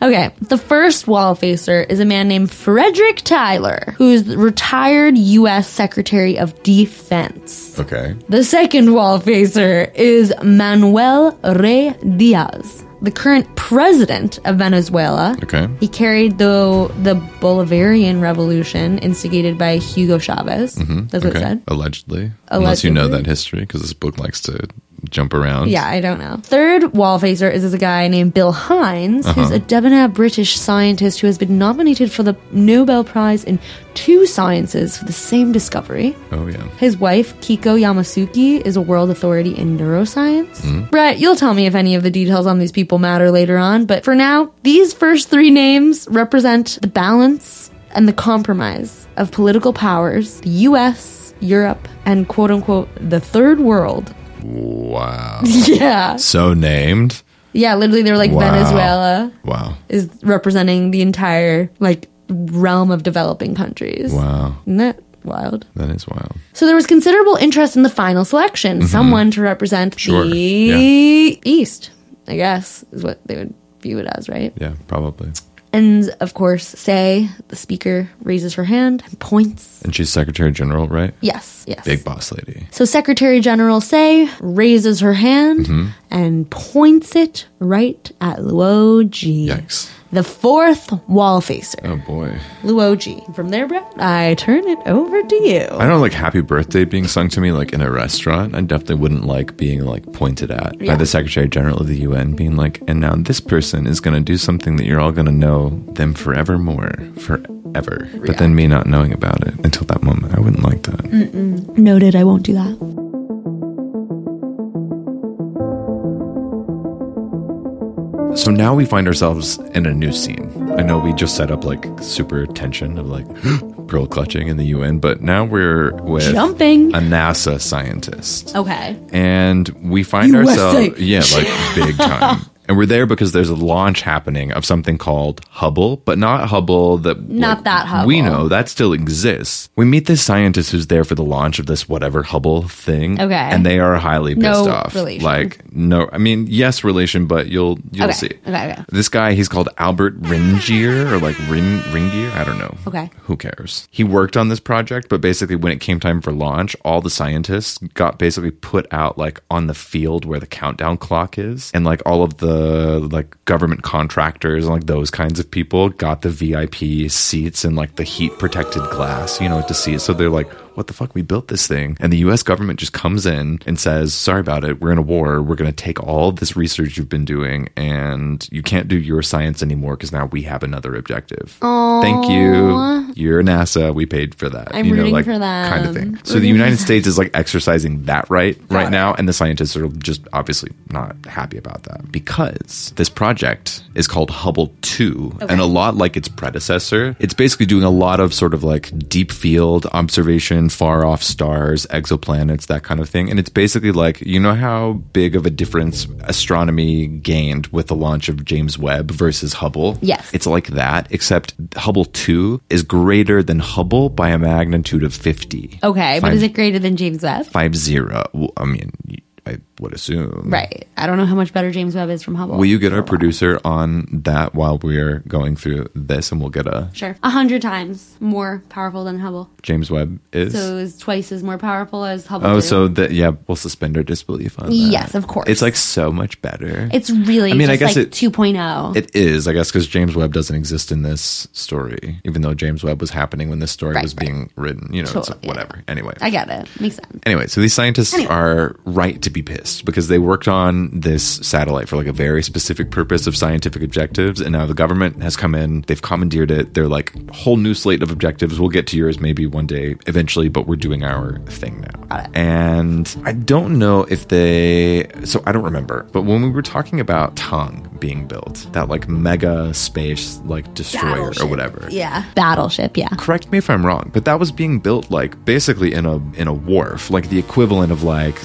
okay, the first wall facer is a man named Frederick Tyler, who's the retired U.S. Secretary of Defense.
Okay.
The second wall facer is Manuel Rey Diaz, the current president of Venezuela.
Okay.
He carried the the Bolivarian Revolution instigated by Hugo Chavez. That's what it
Mm-hmm. Okay.
said.
Allegedly. Unless you know
Allegedly.
that history, because this book likes to jump around.
Yeah, I don't know. Third wall facer is, is a guy named Bill Hines,
Uh-huh.
who's a debonair British scientist who has been nominated for the Nobel Prize in two sciences for the same discovery.
Oh, yeah.
His wife, Kiko Yamasuki, is a world authority in neuroscience.
Hmm.
Brett, you'll tell me if any of the details on these people matter later on, but for now, these first three names represent the balance and the compromise of political powers the US, Europe, and quote unquote the third world. [laughs]
Wow.
Yeah.
So named.
Yeah, literally they were like
Wow.
Venezuela
Wow.
is representing the entire like realm of developing countries.
Wow.
Isn't that wild?
That is wild.
So there was considerable interest in the final selection,
Mhm.
someone to represent
Sure,
the
yeah.
East, I guess, is what they would view it as, right?
Yeah, probably.
And of course, say the speaker raises her hand and points.
And she's Secretary General, right?
Yes, yes.
Big boss lady.
So Secretary General Say raises her hand
Mm-hmm.
Mhm. and points it right at Luoji.
Yikes.
The fourth wall facer.
Oh boy.
Luoji. From there, Brett, I turn it over to you.
I don't like happy birthday being sung to me like in a restaurant. I definitely wouldn't like being like pointed at
Yeah.
by the Secretary General of the UN being like, and now this person is going to do something that you're all going to know them forevermore, forever. But then me not knowing about it until that moment. I wouldn't like that.
Mm-mm. Noted, I won't do that.
So now we find ourselves in a new scene. I know we just set up like super tension of like [gasps] pearl clutching in the UN, but now we're with
Jumping.
a NASA scientist.
Okay.
and we find
USA.
ourselves yeah
[laughs]
like big time and we're there because there's a launch happening of something called hubble but not hubble that
Not that Hubble.
we know that still exists we meet this scientist who's there for the launch of this whatever hubble thing
Okay.
and they are highly pissed
No
off
relation.
like no i mean yes relation but you'll you'll
okay.
see
Okay, okay.
this guy, he's called Albert Ringier or like Rin Ringier. I don't know.
Okay.
Who cares? He worked on this project, but basically, when it came time for launch, all the scientists got basically put out like on the field where the countdown clock is, and like all of the like government contractors and like those kinds of people got the VIP seats and like the heat protected glass, you know, to see it. So they're like, what the fuck? We built this thing. And the US government just comes in and says, sorry about it. We're in a war. We're going to take all this research you've been doing and you can't do your science anymore because now we have another objective. Thank
Aw.
you. You're NASA. We paid for that.
I'm
you know,
rooting
like
for
kind of
them.
thing. So the
Rooting for
United
them.
States is like exercising that right
Mm-hmm. it.
right now. And the scientists are just obviously not happy about that because this project is called Hubble 2
Okay.
and a lot like its predecessor. It's basically doing a lot of sort of like deep field observation, far off stars, exoplanets, that kind of thing. And it's basically like, you know how big of a difference astronomy gained with the launch of James Webb versus Hubble?
Yes.
It's like that, except Hubble 2 is greater than Hubble by a magnitude of 50.
Okay, but
Five-
is it greater than James Webb?
Five zero. Well, I mean, I would assume.
Right. I don't know how much better James Webb is from Hubble.
Will you get our producer on that while we're going through this and we'll get a
Sure. A hundred times more powerful than Hubble.
James Webb is?
so it's twice as more powerful as Hubble.
oh,
two.
so that, yeah, we'll suspend our disbelief on that.
Yes, of course.
It's like so much better.
It's really
I mean,
just
I guess
like oh.
it,
2.0.
it is, I guess, because James Webb doesn't exist in this story, even though James Webb was happening when this story
Right,
was
right.
being written. You know, it's
Totally,
whatever. Anyway.
I get it. Makes sense.
Anyway, so these scientists
Anyway.
are right to be pissed because they worked on this satellite for like a very specific purpose of scientific objectives, and now the government has come in, they've commandeered it. They're like whole new slate of objectives. We'll get to yours maybe one day eventually, but we're doing our thing now. And I don't know if they. So I don't remember, but when we were talking about Tongue being built, that like mega space like destroyer or whatever,
Yeah. Battleship, yeah.
correct me if I'm wrong, but that was being built like basically in a in a wharf, like the equivalent of like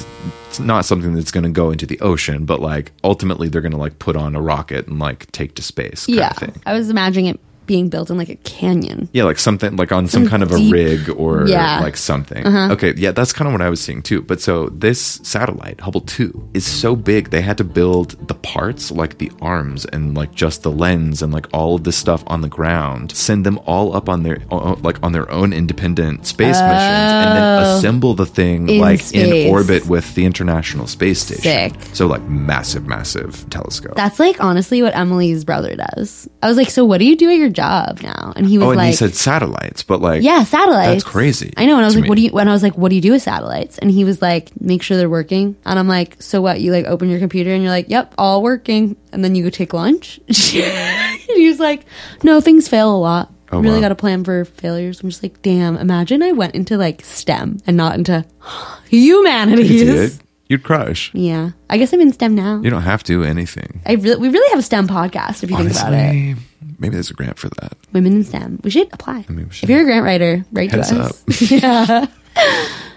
it's not something that's going to go into the ocean, but like ultimately they're going to like put on a rocket and like take to space.
Yeah. I was imagining it being built in like a canyon.
Yeah, like something like on some
Some
kind of a
deep-
rig or
Yeah.
like something.
Uh-huh.
Okay, yeah, that's kind of what I was seeing too. But so this satellite, Hubble 2, is so big they had to build the parts, like the arms and like just the lens and like all of this stuff on the ground, send them all up on their uh, like on their own independent space missions and
Oh.
then assemble the thing
In
like
space.
in orbit with the International Space Station.
Sick.
So like massive massive telescope.
That's like honestly what Emily's brother does. I was like, so what do you do at your job now? And he was
oh, and
like,
he said satellites, but like
yeah, satellites.
That's crazy.
I know. And I was
to
like,
me.
what do you? When I was like, what do you do with satellites? And he was like, make sure they're working. And I'm like, so what? You like open your computer and you're like, yep, all working. And then you go take lunch. [laughs] and he was like, no, things fail a lot.
Oh,
really
wow.
got to plan for failures. I'm just like, damn. Imagine I went into like STEM and not into [gasps] humanities.
You did. You'd crush.
Yeah, I guess I'm in STEM now.
You don't have to anything.
I really, we really have a STEM podcast. If you think about it,
Honestly, Maybe there's a grant for that.
women in STEM, we should apply.
I mean, we
[laughs] If
should.
you're a grant writer, write
Heads
to us. yeah.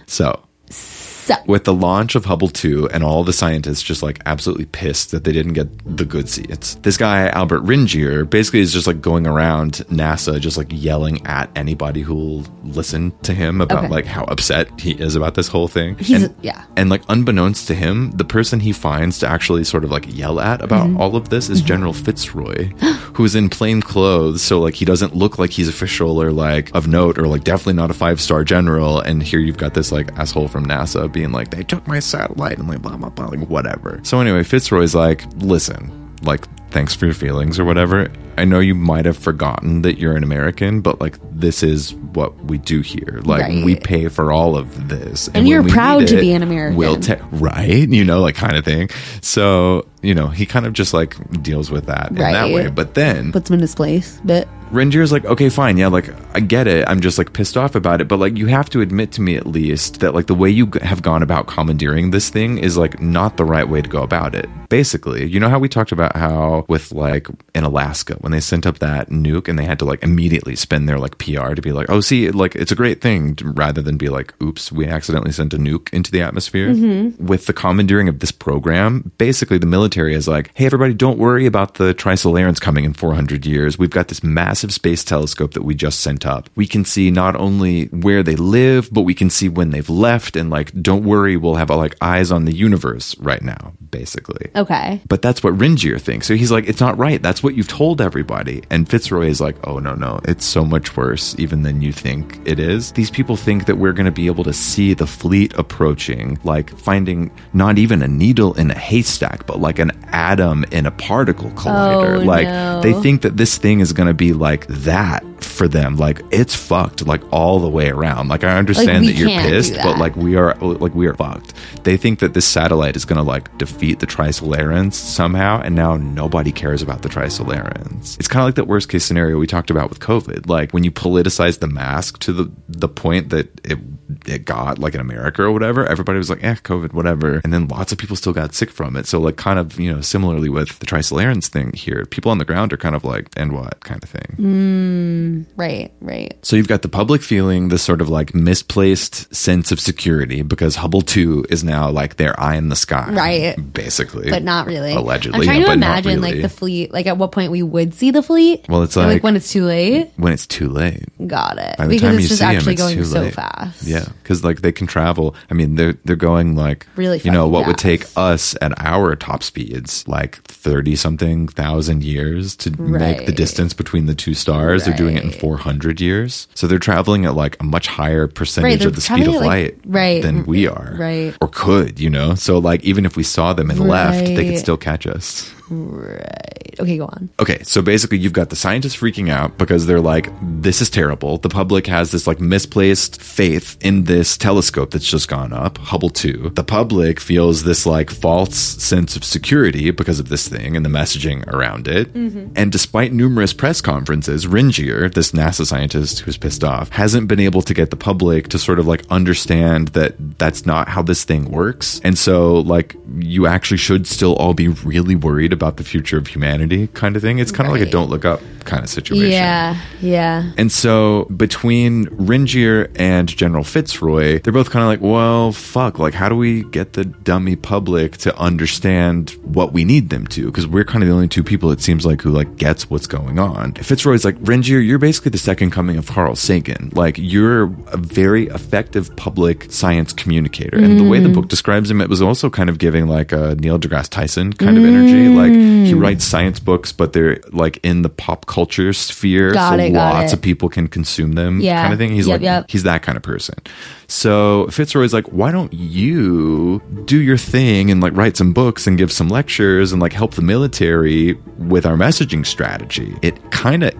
So
So
with the launch of Hubble 2 and all the scientists just like absolutely pissed that they didn't get the good seats. This guy, Albert Ringier, basically is just like going around NASA just like yelling at anybody who'll listen to him about
Okay.
like how upset he is about this whole thing.
He's-
and,
yeah.
And like unbeknownst to him, the person he finds to actually sort of like yell at about
Mhm.
all of this is General Fitzroy, [gasps] who's in plain clothes, so like he doesn't look like he's official or like of note or like definitely not a five star general. And here you've got this like asshole from NASA being like, they took my satellite and like blah blah blah, like whatever. So anyway, Fitzroy's like, listen, like thanks for your feelings or whatever. I know you might have forgotten that you're an American, but like this is what we do here. Like we
Right.
pay for all of this,
And you're
when we
proud
need
to be an American.
We'll ta- right, you know, like kind of thing. So you know, he kind of just like deals with that in that
Right.
way. But then
puts him in his place. But
Rangier's like, okay, fine, yeah, like I get it. I'm just like pissed off about it, but like you have to admit to me at least that like the way you g- have gone about commandeering this thing is like not the right way to go about it. Basically, you know how we talked about how with like in Alaska when they sent up that nuke and they had to like immediately spend their like PR to be like, oh, see, like it's a great thing, rather than be like, oops, we accidentally sent a nuke into the atmosphere
Mhm.
with the commandeering of this program, basically the military is like, hey, everybody, don't worry about the Trisolarans coming in 400 years. We've got this massive space telescope that we just sent up. We can see not only where they live, but we can see when they've left. And like, don't worry, we'll have like eyes on the universe right now, basically.
okay.
But that's what Ringier thinks. So he's like, it's not right. That's what you've told everybody. And Fitzroy is like, oh, no, no. It's so much worse even than you think it is. These people think that we're going to be able to see the fleet approaching, like finding not even a needle in a haystack, but like an atom in a particle collider.
Oh,
like,
no.
they think that this thing is going to be like that for them. Like, it's fucked, like, all the way around. Like, I understand
we
that you're
can't do
pissed,
that.
but like, like we are like we are fucked. They think that this satellite is going to like defeat the Trisolarans somehow, and now nobody cares about the Trisolarans. It's kind of like that worst case scenario we talked about with COVID. Like when you politicize the mask to the the point that it it got like in America or whatever, everybody was like, "Eh, COVID, whatever," and then lots of people still got sick from it. So like kind of you know similarly with the Trisolarans thing here, people on the ground are kind of like, "And what?" kind of thing.
Mm, right, right.
So you've got the public feeling this sort of like misplaced sense of security because Hubble 2 is now like their eye in the sky.
Right.
Basically.
But not really.
Allegedly.
I'm trying
yeah,
to
but not
imagine
really.
like the fleet, like at what point we would see the fleet.
Well, it's
And,
like-
when it's too late.
when it's too late.
Got it.
By the
Because
time
it's
you
just
see 'em,
actually
it's
going
too
so
late.
fast.
Yeah, because like they can travel. I mean, they're they're going like
Really
You know
fucking
what would
fast.
take us at our top speeds like thirty something thousand years to make the
Right.
distance between the two stars. They're doing it in four hundred years, so they're traveling at like a much higher percentage
they're
of the speed of
probably, like-
light
right,
than we are
Right.
or could. You know, so like even if we saw them and left, they could
Right.
still catch us.
Right. Okay, go on.
Okay, so basically, you've got the scientists freaking out because they're like, this is terrible. The public has this like misplaced faith in this telescope that's just gone up, Hubble 2. The public feels this like false sense of security because of this thing and the messaging around it.
Mhm.
And despite numerous press conferences, Ringier, this NASA scientist who's pissed off, hasn't been able to get the public to sort of like understand that that's not how this thing works. And so, like, you actually should still all be really worried about the future of humanity kind of thing. It's kind of like a don't look up kind of situation.
Yeah, yeah.
And so between Ringier and General Fitzroy, they're both kind of like, well, fuck, like, how do we get the dummy public to understand what we need them to? Because we're kind of the only two people, it seems like, who, like, gets what's going on. Fitzroy's like, Ringier, you're basically the second coming of Carl Sagan. Like, you're a very effective public science communicator. And the way the
Mm.
book describes him, it was also kind of giving, like, a Neil deGrasse Tyson kind of energy. Like, he
Mm.
writes science books, but they're, like, in the pop culture sphere.
Got
so
it, got
lots
it.
of people can consume them
Yeah.
kind of thing. He's
Yep,
like
yep.
he's that kind of person. So Fitzroy's like, why don't you do your thing and like write some books and give some lectures and like help the military with our messaging strategy? It kind of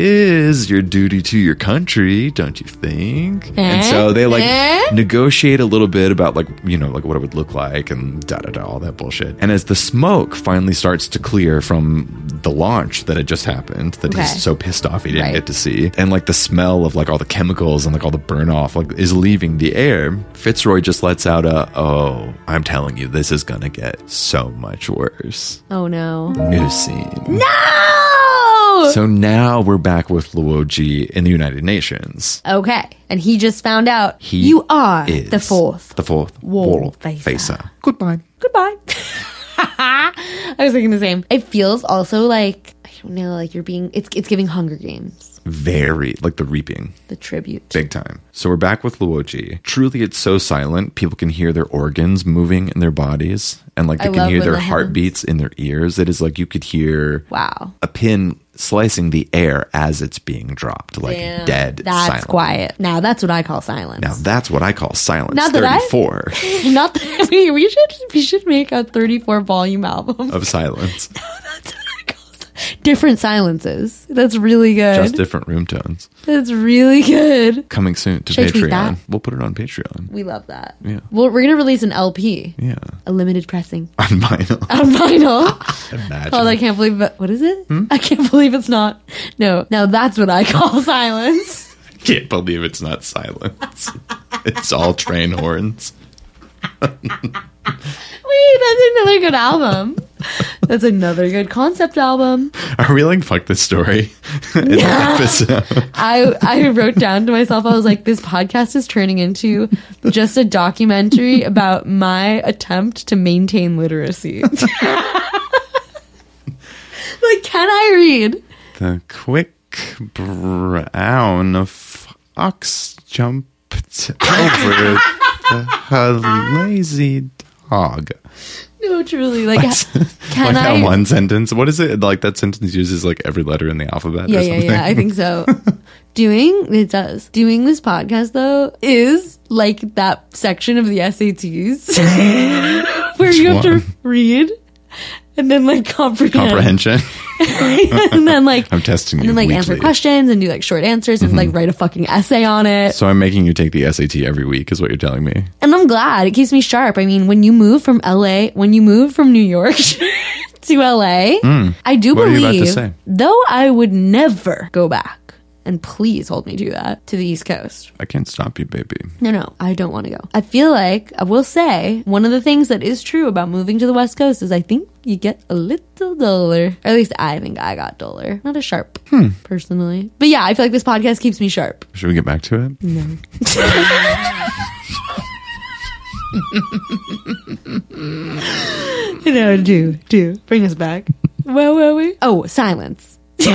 is your duty to your country, don't you think? And
Eh?
so they like
Eh?
negotiate a little bit about like you know like what it would look like and da da da all that bullshit. And as the smoke finally starts to clear from the launch that had just happened, that
Okay.
he's so pissed off he didn't
Right.
get to see, and like the smell of like all the chemicals and like all the burn off like is leaving the air. Fitzroy just lets out a oh, I'm telling you, this is gonna get so much worse. [laughs]
Oh no.
New scene.
No! no.
So now we're back with Luoji in the United Nations.
okay. And he just found out
He
you are
is
the fourth.
The fourth
wall
wall
facer.
facer.
Goodbye. Goodbye. [laughs] I was thinking the same. It feels also like I don't know, like you're being it's it's giving Hunger Games
Very like the reaping.
the tribute.
Big time. So we're back with Luoji. Truly, it's so silent. People can hear their organs moving in their bodies, and like
I
they
love
can hear
when
their
that
heartbeats in their ears. It is like you could hear
Wow.
a pin slicing the air as it's being dropped, like
Damn.
dead
That's
silent.
quiet. Now that's what I call silence.
Now that's what I call silence.
Not that I-
Thirty-four
Not that [laughs] I mean, we should we should make a 34 volume [laughs] album.
of silence,
Different silences. That's really good.
just different room tones.
That's really good.
Coming soon to
Should I tweet
Patreon.
that?
We'll put it on Patreon.
We love that.
Yeah.
Well, we're gonna release an LP,
Yeah, [laughs]
a limited pressing [laughs]
on vinyl.
on vinyl.
[laughs] Imagine.
Oh, I can't believe it. What is it?
Hmm?
I can't believe it's not. No, now that's what I call [laughs] silence.
Can't believe it's not silence. [laughs] it's all train horns.
Wait, that's another good album. That's another good concept album.
[laughs] Are we like fuck this story? [laughs] it's
Yeah.
episode. [laughs]
I I wrote down to myself. I was like, this podcast is turning into just a documentary about my attempt to maintain
[laughs]
literacy. like, can I read?
The quick brown fox jumped over the her lazy dog. [laughs]
No, truly. Like,
like
can
that
I?
one sentence. What is it? Like that sentence uses like every letter in the alphabet.
yeah,
or
yeah,
something. [laughs]
yeah. I think so. Doing it does. Doing this podcast though is like that section of the
[laughs]
SATs [laughs] where you have to
one?
read and then like comprehend,
comprehension. [laughs]
[laughs] and then like
I'm testing
and
you
then like
weekly. Mm-hmm.
answer questions and do like short answers and like write a fucking essay on it.
So I'm making you take the SAT every week, is what you're telling me.
And I'm glad it keeps me sharp. I mean, when you move from LA, when you move from New York [laughs] to LA,
Mm.
I do
What are you
believe,
about to say?
though I would never go back, and please hold me to that, to the East Coast.
I can't stop you, baby.
No, no, I don't want to go. I feel like, I will say, one of the things that is true about moving to the West Coast is I think you get a little duller. Or at least I think I got duller. Not as sharp, personally. But yeah, I feel like this podcast keeps me sharp.
Should we get back to it?
No. no, do, do. Bring us back. Where were we? Oh, silence. [laughs] Something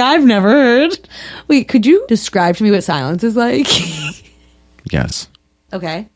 I've never heard. Wait, could you describe to me what silence is like? [laughs]
Yes.
okay.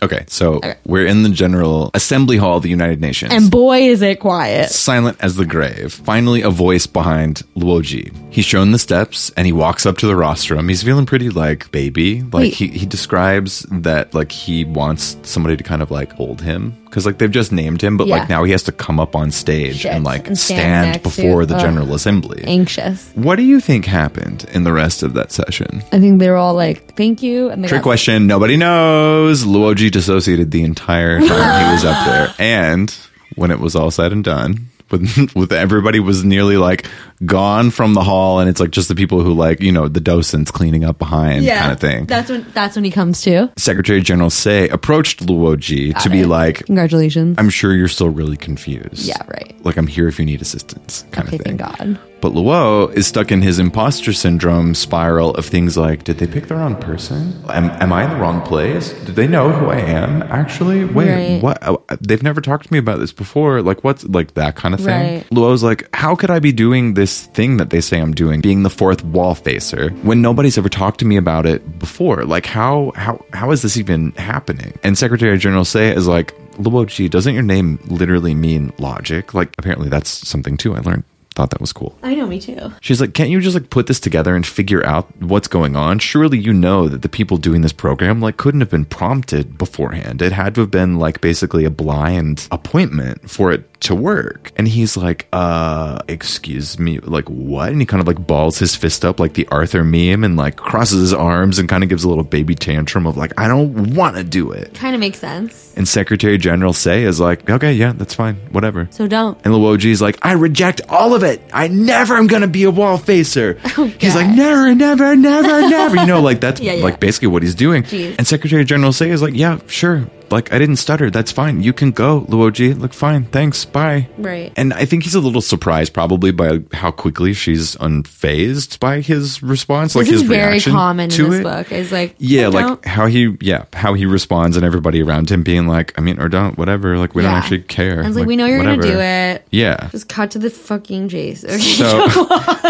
Okay, so we're in the General Assembly Hall of the United Nations.
And boy, is it quiet.
Silent as the grave. Finally, a voice behind Luoji. He's shown the steps and he walks up to the rostrum. He's feeling pretty like baby. Like
Wait.
he, he describes that like he wants somebody to kind of like hold him because like they've just named him, but
Yeah.
like now he has to come up on stage
Shit,
and like
and stand
stand,
next to-
before the
ugh.
General Assembly.
Anxious.
What do you think happened in the rest of that session?
I think they were all like, thank you. And they
Trick
got-
question. Nobody knows. Luoji dissociated the entire time he was up
[laughs]
there, and when it was all said and done, with [laughs] with everybody was nearly like gone from the hall, and it's like just the people who like you know the docents cleaning up behind kind of thing.
That's when, that's when he comes to.
Secretary General Say approached Luoji to be like,
Congratulations.
"I'm sure you're still really confused.
Yeah, right.
Like I'm here if you need assistance." Kind
Okay,
of thing.
thank God.
But Luo is stuck in his imposter syndrome spiral of things like Did they pick the wrong person? Am, am I in the wrong place? Do they know who I am? Actually, wait,
Right.
what? oh, They've never talked to me about this before. Like, what's like that kind of thing?
Right.
Luo's like, How could I be doing this thing that they say I'm doing, being the fourth wall facer, when nobody's ever talked to me about it before? Like, how how how is this even happening? And Secretary General Say is like, Luoji, doesn't your name literally mean logic? Like, apparently that's something too. I learned. Thought that was cool.
I know, me too.
She's like, can't you just like put this together and figure out what's going on? Surely you know that the people doing this program like couldn't have been prompted beforehand. It had to have been like basically a blind appointment for it to work. And he's like, uh, excuse me, like what? And he kind of like balls his fist up like the Arthur meme and like crosses his arms and kind of gives a little baby tantrum of like, I don't want to do it.
Kind of makes sense.
And Secretary General Say is like, okay, yeah, that's fine, whatever.
So don't.
And Luoji's like, I reject all of it. I never am going to be a
[laughs]
wall facer. he's like, never, never, never, never. You know, like that's
Oh, Yeah, yeah.
like basically what he's doing.
Jeez.
And Secretary General Say is like, yeah, sure, like I didn't stutter. That's fine. You can go, Luoji. Look fine. Thanks. Bye.
Right.
And I think he's a little surprised probably by how quickly she's unfazed by his response. like
this
his
is very
reaction
common
to
in this
it.
book. Is like
Yeah,
I
like
don't-
how he yeah, how he responds and everybody around him being like, I mean, or don't, whatever, like we don't
Yeah.
actually care.
I was like, we know you're gonna
whatever.
do it.
Yeah.
Just cut to the fucking chase. Okay.
So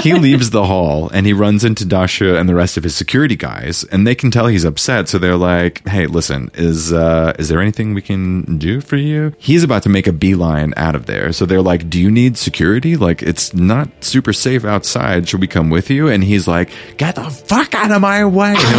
he leaves the hall and he runs into Dasha and the rest of his security guys, and they can tell he's upset. So they're like, "Hey, listen, is uh, is there anything we can do for you?" He's about to make a beeline out of there, so they're like, "Do you need security? Like, it's not super safe outside. Should we come with you?" And he's like, "Get the fuck out of my way!" And they're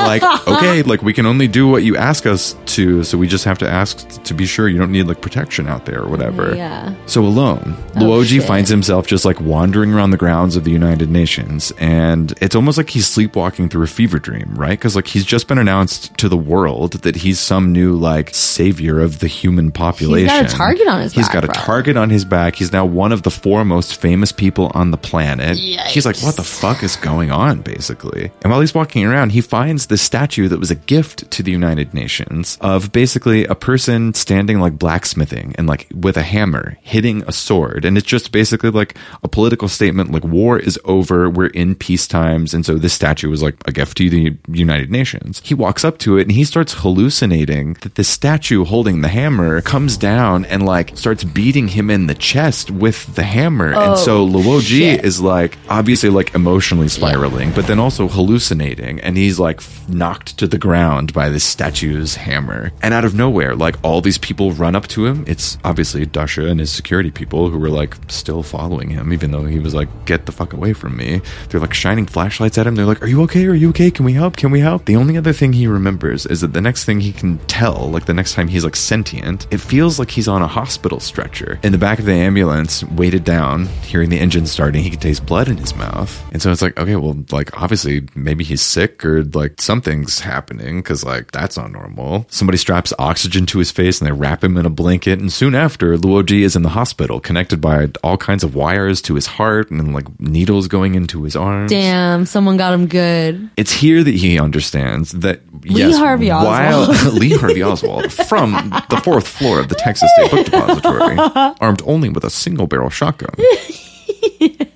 [laughs]
like, "Okay, like we can only do what you ask us to, so we just have to ask to be sure you don't need like protection out there or whatever."
Yeah.
So alone,
Oh,
Luoji
shit.
finds himself just like wandering around the grounds of the United Nations, and it's almost like he's sleepwalking through a fever dream, right? Because like he's just been announced to the world that he's some new like savior of the human population.
target on his
He's
back,
got a
probably.
target on his back. He's now one of the four most famous people on the planet. He's like, what the fuck is going on, basically? And while he's walking around, he finds this statue that was a gift to the United Nations of basically a person standing like blacksmithing and like with a hammer hitting a sword. And it's just basically like a political statement like war is over, we're in peace times. And so this statue was like a gift to the United Nations. He walks up to it and he starts hallucinating that the statue holding the hammer comes down and like starts beating him in the chest with the hammer.
Oh,
and so Luoji is like obviously like emotionally spiraling, but then also hallucinating. And he's like f- knocked to the ground by this statue's hammer. And out of nowhere, like all these people run up to him. It's obviously Dasha and his security people who were like still following him, even though he was like, get the fuck away from me. They're like shining flashlights at him. They're like, are you okay? Are you okay? Can we help? Can we help? The only other thing he remembers is that the next thing he can tell, like the next time he's like sentient, it feels like he's on a hospital stretcher in the back of the ambulance, weighted down, hearing the engine starting. He can taste blood in his mouth. And so it's like, okay, well, like obviously maybe he's sick or like something's happening because like that's not normal. Somebody straps oxygen to his face and they wrap him in a blanket. And soon after, Luoji is in the hospital, connected by all kinds of wires to his heart and like needles going into his arms.
[laughs] Damn, someone got him good.
It's here that he understands that
Lee
yes,
Harvey
while-
[laughs]
[laughs]
Oswald.
Lee Harvey Oswald from the fourth floor of the Texas State
[laughs]
Book Depository, armed only with a single barrel shotgun.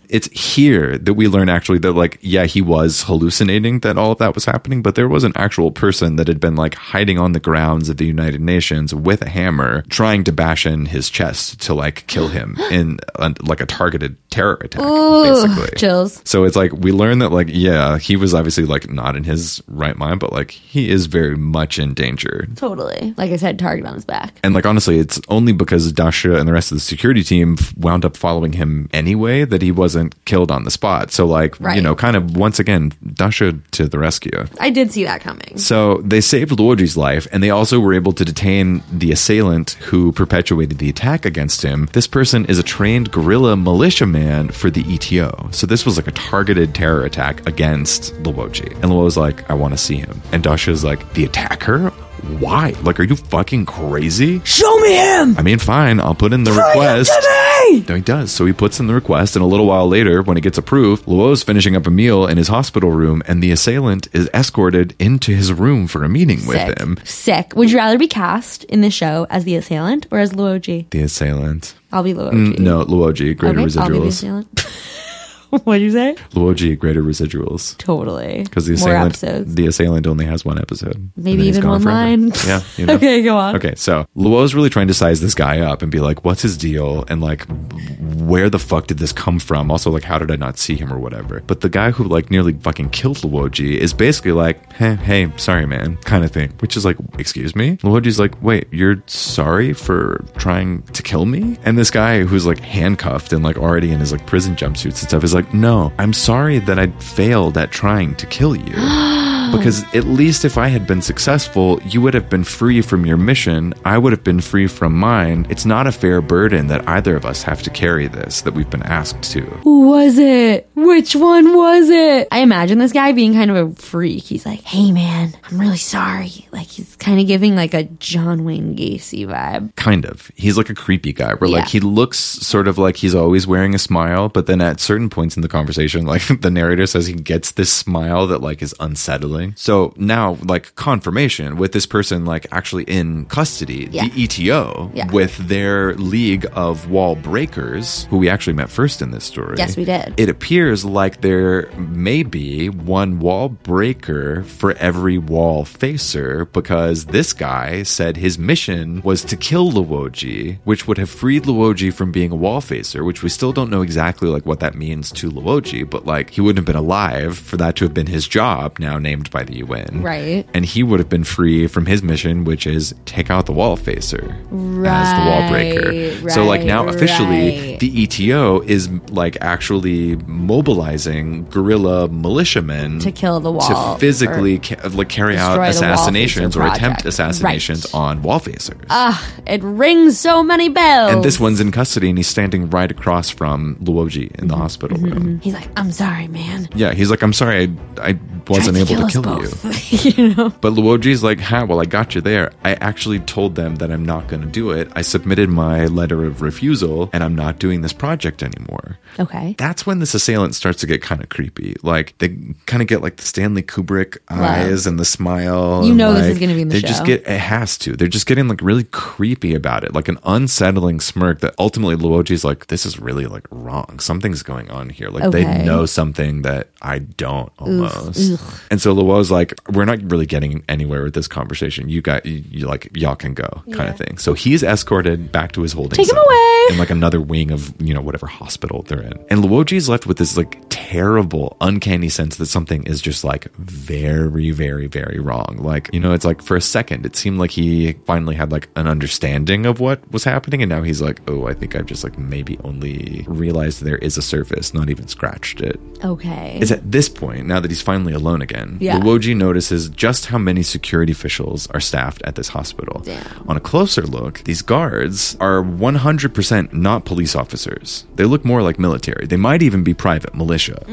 It's here that we learn actually that like yeah he was hallucinating that all of that was happening, but there was an actual person that had been like hiding on the grounds of the United Nations with a hammer, trying to bash in his chest to like
[gasps]
kill him in uh, like a targeted terror attack.
Ooh,
basically.
chills.
So it's like we learn that like yeah, he was obviously like not in his right mind, but like he is very much in danger.
Totally. Like I said, target on his back.
And like honestly, it's only because Dasha and the rest of the security team f- wound up following him anyway that he wasn't killed on the spot. So like you
Right.
know, kind of once again, Dasha to the rescue.
I did see that coming.
So they saved Lordry's life, and they also were able to detain the assailant who perpetuated the attack against him. This person is a trained guerrilla militiaman for the ETO. So this was like a targeted terror attack against Luoji. And Luo's like, I want to see him. And Dasha's like, the attacker? Why? Like, are you fucking crazy?
Show me him!
I mean, fine, I'll put in the request. No, he does. So he puts in the request, and a little while later, when it gets approved, Luo's finishing up a meal in his hospital room, and the assailant is escorted into his room for a meeting with
Sick.
him.
Sick. Would you rather be cast in the show as the assailant or as Luoji?
The assailant.
I'll be Luoji.
Mm, no, Luoji, greater
Okay, I'll be the
residuals.
assailant. [laughs] What'd you say?
Luoji, greater residuals.
Totally.
Because the
More
assailant,
episodes.
the assailant only has one episode. And
Maybe
then he's
even one
gone
line.
Yeah. you
[laughs]
know?
Okay, go on.
Okay, so Luo's really trying to size this guy up and be like, "What's his deal?" and like, "Where the fuck did this come from?" Also, like, "How did I not see him?" or whatever. But the guy who like nearly fucking killed Luoji is basically like, "Hey, hey, sorry, man," kind of thing, which is like, "Excuse me." Luoji's like, "Wait, you're sorry for trying to kill me?" And this guy who's like handcuffed and like already in his like prison jumpsuits and stuff is like, "No, I'm sorry that I failed at trying to kill you." [gasps] because at least if I had been successful, you would have been free from your mission. I would have been free from mine. It's not a fair burden that either of us have to carry this that we've been asked to.
Who was it? Which one was it? I imagine this guy being kind of a freak. He's like, hey man, I'm really sorry. Like he's kind of giving like a John Wayne Gacy vibe.
Kind of. He's like a creepy guy where like
Yeah.
he looks sort of like he's always wearing a smile, [laughs] but then at certain points in the conversation, like the narrator says he gets this smile that like is unsettling Obviously. So now, like confirmation with this person, like actually in custody,
Yeah.
the ETO
Yeah.
with their league of wall breakers, who we actually met first in this story.
Yes, we did.
It appears like there may be one wall breaker for every wall facer because this guy said his mission was to kill Luoji, which would have freed Luoji from being a wall facer, which we still don't know exactly like what that means to Luoji, but like he wouldn't have been alive for that to have been his job now named by the UN.
Right.
And he would have been free from his mission, which is take out the wall facer as the wall breaker.
Right,
so like now
right,
officially
right.
the ETO is like actually mobilizing guerrilla militiamen
To kill the wall
to physically ca- like carry out
destroy the
assassinations
Wallfacer
or
project.
attempt assassinations on wallfacers.
Ah, it rings so many bells.
And this one's in custody and he's standing right across from Luoji in
Mm-hmm.
the hospital room.
He's like, I'm sorry, man.
Yeah, he's like, I'm sorry, I, I wasn't
Tried
able to
us
kill you.
both. [laughs] you know?
But Luoji's like, ha, well, I got you there. I actually told them that I'm not going to do it. I submitted my letter of refusal and I'm not doing this project anymore.
Okay.
That's when this assailant starts to get kind of creepy. Like, they kind of get like the Stanley Kubrick
Wow.
eyes and the smile.
You
and,
know this
like,
is gonna be in the
they just
show.
get, it has to. They're just getting like really creepy about it, like an unsettling smirk that ultimately Luoji's like, this is really like wrong. Something's going on here. Like, they
Okay.
know something that I don't
Oof,
almost.
ugh.
And so Luo's like, we're not really getting anywhere with this conversation. You got, you, you like, y'all can go kind of thing. So he's escorted back to his holding
Take him
cell
away.
in like another wing of, you know, whatever hospital they're in. And Luoji is left with this like terrible, uncanny sense that something is just like very, very, very wrong. Like, you know, it's like for a second, it seemed like he finally had like an understanding of what was happening. And now he's like, oh, I think I've just like maybe only realized there is a surface, not even scratched it.
Okay.
It's at this point, now that he's finally alone again,
Yeah.
Luoji notices just how many security officials are staffed at this hospital. On a closer look, these guards are 100% not police officers. They look more like military. They might even be private militia.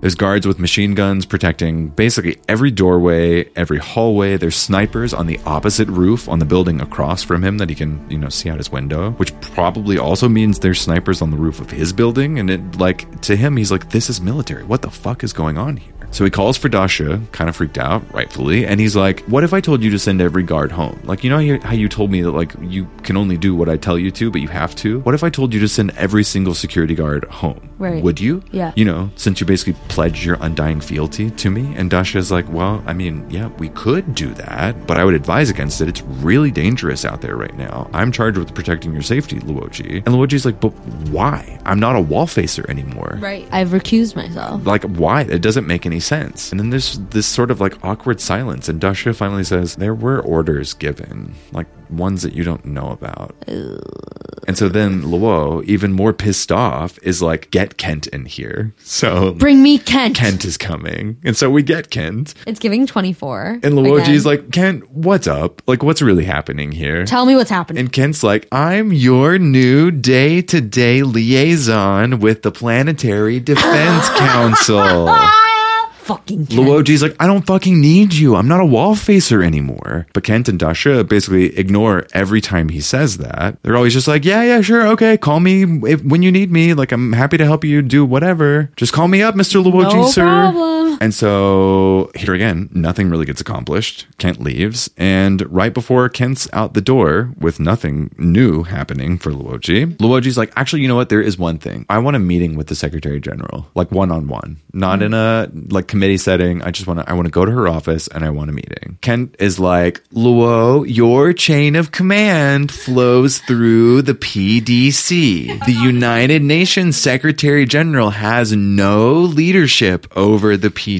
There's guards with machine guns protecting basically every doorway, every hallway. There's snipers on the opposite roof on the building across from him that he can, you know, see out his window, which probably also means there's snipers on the roof of his building. And it, like, to him, he's like, this is military. What the fuck is going on here? So he calls for Dasha, kind of freaked out, rightfully, and he's like, "What if I told you to send every guard home? Like, you know how you- how you told me that like you can only do what I tell you to, but you have to. What if I told you to send every single security guard home?
Right.
Would you?
Yeah.
You know, since you basically pledged your undying fealty to me. And Dasha's like, well, I mean, yeah, we could do that, but I would advise against it. It's really dangerous out there right now. I'm charged with protecting your safety, Luoji. And Luoji's like, but why? I'm not a wall facer anymore.
right. I've recused myself.
Like, why? It doesn't make any sense. And then there's this sort of like awkward silence. And Dasha finally says, There were orders given, like ones that you don't know about. And so then Luo, even more pissed off, is like, Get Kent in here. So
Bring me Kent.
Kent is coming. And so we get Kent.
It's giving 24.
And Luoji's
again.
like, Kent, what's up? Like, what's really happening here?
tell me what's happening.
And Kent's like, I'm your new day to day liaison with the Planetary Defense Council.
Fucking
Luoji's like, I don't fucking need you. I'm not a wall facer anymore. But Kent and Dasha basically ignore every time he says that. They're always just like, yeah, yeah, sure. Okay. Call me if, when you need me. Like, I'm happy to help you do whatever. Just call me up, Mr. Luoji,
No
sir.
problem.
And so here again, nothing really gets accomplished. Kent leaves, and right before Kent's out the door with nothing new happening for Luoji, Luoji's like, actually, you know what? There is one thing. I want a meeting with the Secretary General, like one on one, not in a like committee setting. I just want to. I want to go to her office and I want a meeting. Kent is like, Luo, your chain of command flows through the PDC. The United Nations Secretary General has no leadership over the PDC.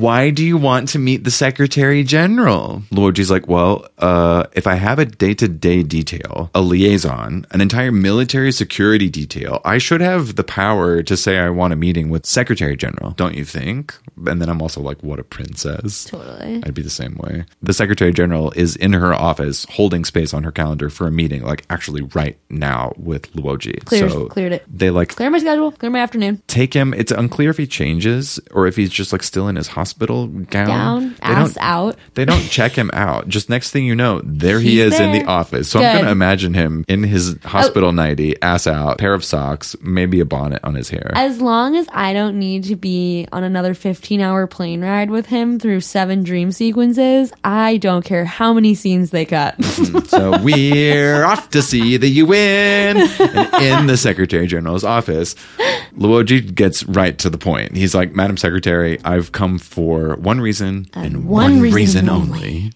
Why do you want to meet the Secretary General? Luoji's like, well, uh, if I have a day to day detail, a liaison, an entire military security detail, I should have the power to say I want a meeting with Secretary General, don't you think? And then I'm also like, what a princess.
Totally.
I'd be the same way. The Secretary General is in her office holding space on her calendar for a meeting, like actually right now with Luoji.
Clear- cleared it.
They like
Clear my schedule. Clear my afternoon.
take him. It's unclear if he changes or if he's just like still in his hospital gown.
Down,
Oh, They don't-
ass out.
They don't
[laughs]
check him out. Just next thing you know, there he
He's
is in
there.
the office. So I'm
Good. Oh.
going to imagine him in his hospital nighty, ass out, pair of socks, maybe a bonnet on his hair.
As long as I don't need to be on another 15 hour plane ride with him through seven dream sequences, I don't care how many scenes they
[laughs]
cut.
so we're off to see the UN. And in the Secretary General's office, Luoji gets right to the point. He's like, Madam Secretary, I've come for one reason and, one, reason, only.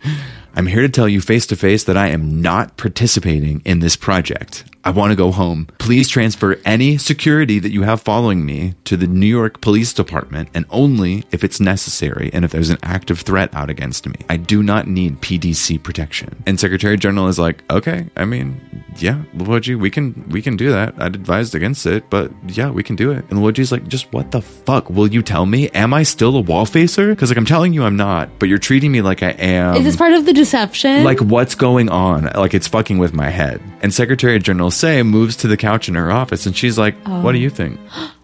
I'm here to tell you face to face that I am not participating in this project. I want to go home. Please transfer any security that you have following me to the New York Police Department and only if it's necessary and if there's an active threat out against me. I do not need PDC protection. And Secretary General is like, "Okay, I mean, yeah, Luigi, we can we can do that. I'd advised against it, but yeah, we can do it." And Luigi's like, "Just what the fuck will you tell me? Am I still a wall facer? Cuz like I'm telling you I'm not, but you're treating me like I am."
[laughs] Is this part of the deception?
Like what's going on? Like it's fucking with my head. And Secretary General Say moves to the couch in her office and she's like,
Oh.
"What do you think?"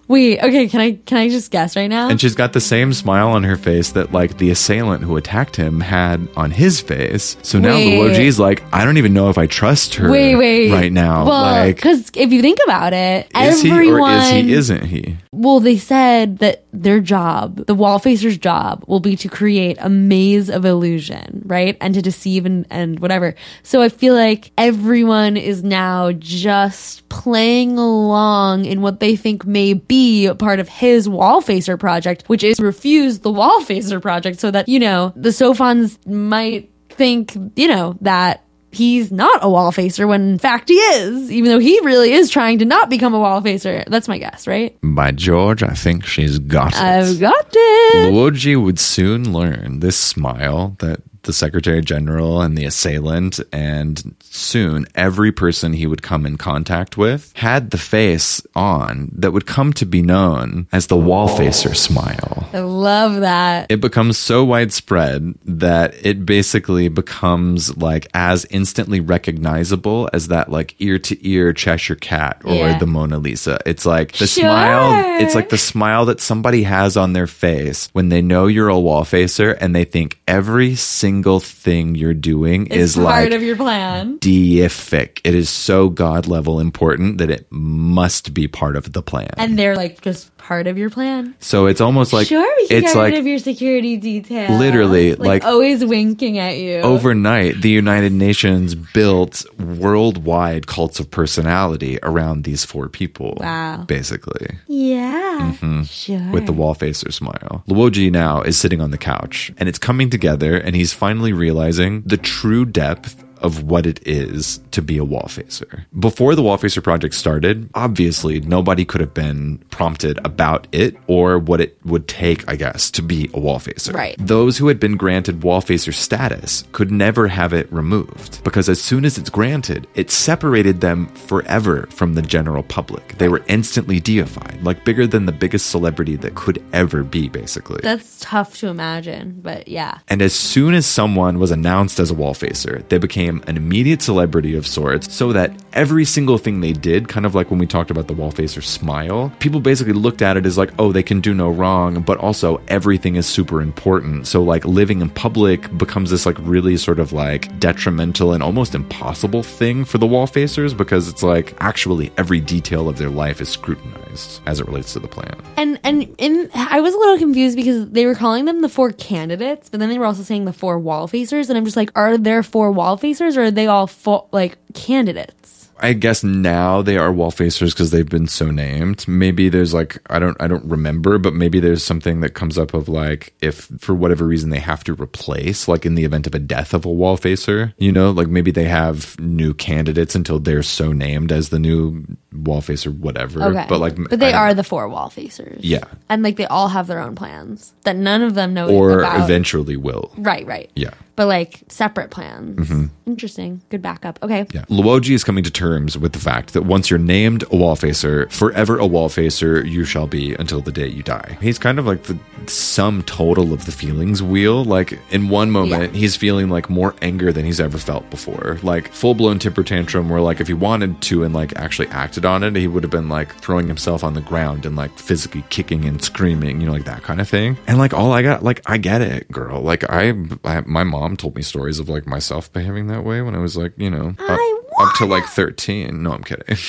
Wait, okay, can I can I just guess right now?
And she's got the same smile on her face that like the assailant who attacked him had on his face. So now
Wait.
Luoji's like, "I don't even know if I trust her
wait, wait.
right now."
Well,
like
because if you think about it,
is
everyone
he or is he isn't he?
Well, they said that their job, the wall facer's job, will be to create a maze of illusion, right? And to deceive and, and whatever. So I feel like everyone is now just playing along in what they think may be a part of his wall facer project, which is refuse the wall facer project so that, you know, the Sofans might think, you know, that he's not a wall facer when in fact he is, even though he really is trying to not become a wall facer. That's my guess, right?
By George, I think she's got it.
I've got it.
Luoji would soon learn this smile that the Secretary General and the assailant, and soon every person he would come in contact with, had the face on that would come to be known as the wall facer smile.
I love that.
It becomes so widespread that it basically becomes like as instantly recognizable as that like ear to ear Cheshire cat or
Yeah.
the Mona Lisa. It's like the
Sure.
smile, it's like the smile that somebody has on their face when they know you're a wall facer and they think every single thing you're doing
It's
is
part
like
of your plan.
deific. It is so god level important that it must be part of the plan.
And they're like just part of your plan.
so it's almost like
sure, we can
it's
get
like
rid of your security detail.
Literally, like- oh,
always winking at you.
Overnight, the United Nations built worldwide cults of personality around these four people.
Wow. Hmm.
Basically.
Yeah.
Mhm.
Sure.
With the wall facer smile. Luoji now is sitting on the couch and it's coming together and he's finally realizing the true depth of what it is to be a wall facer. Before the wall facer project started, obviously nobody could have been prompted about it or what it would take, I guess, to be a wall facer.
Right.
Those who had been granted wall facer status could never have it removed because as soon as it's granted, it separated them forever from the general public. They were instantly deified, like bigger than the biggest celebrity that could ever be, basically.
That's tough to imagine, but yeah.
And as soon as someone was announced as a wall facer, they became an immediate celebrity of sorts, so that every single thing they did, kind of like when we talked about the wall facer smile, people basically looked at it as like, oh, they can do no wrong, but also everything is super important. So, like, living in public becomes this, like, really sort of like detrimental and almost impossible thing for the wall facers because it's like actually every detail of their life is scrutinized as it relates to the plan.
And and in, I was a little confused because they were calling them the four candidates, but then they were also saying the four wall facers, and I'm just like, are there four wall facers, or are they all four, like candidates?
I guess now they are wall facers because they've been so named. Maybe there's like I don't I don't remember, but maybe there's something that comes up of like if for whatever reason they have to replace, like in the event of a death of a wall facer, you know, like maybe they have new candidates until they're so named as the new wall facer, whatever. But like,
but they
I-
are the four wall facers.
yeah,
and like they all have their own plans that none of them know
or
about.
eventually will.
Right, right.
Yeah.
But like separate plans.
Mhm.
Interesting. Good backup. Okay.
Yeah. Luoji is coming to terms with the fact that once you're named a wall facer, forever a wall facer you shall be until the day you die. He's kind of like the sum total of the feelings wheel. Like in one moment, he's feeling like more anger than he's ever felt before, like full blown temper tantrum. Where like if he wanted to and like actually acted on it, he would have been like throwing himself on the ground and like physically kicking and screaming, you know, like that kind of thing. And like all I got, like I get it, girl. Like I, I my mom told me stories of like myself behaving that way when I was like, you know, up, up to like thirteen. No, I'm kidding. [laughs]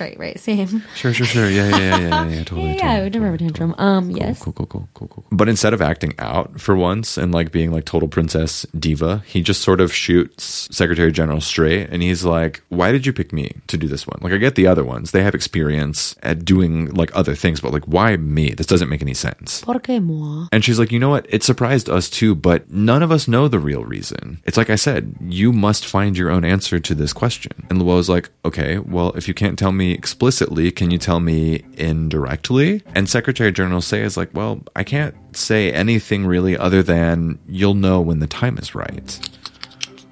Right, right, same.
Sure, sure, sure. Yeah, yeah, yeah, yeah, yeah. Totally.
[laughs] yeah, I would never have a tantrum. Um, yes.
Cool, cool, cool, cool, cool. But instead of acting out for once and like being like total princess diva, he just sort of shoots Secretary General straight and he's like, Why did you pick me to do this one? Like, I get the other ones. They have experience at doing like other things, but like, why me? This doesn't make any sense.
Porque moi.
And she's like, You know what? It surprised us too, but none of us know the real reason. It's like I said, you must find your own answer to this question. And Luo was like, Okay, well, if you can't tell me explicitly, can you tell me indirectly? And Secretary General Say is like, Well, I can't say anything really other than you'll know when the time is right.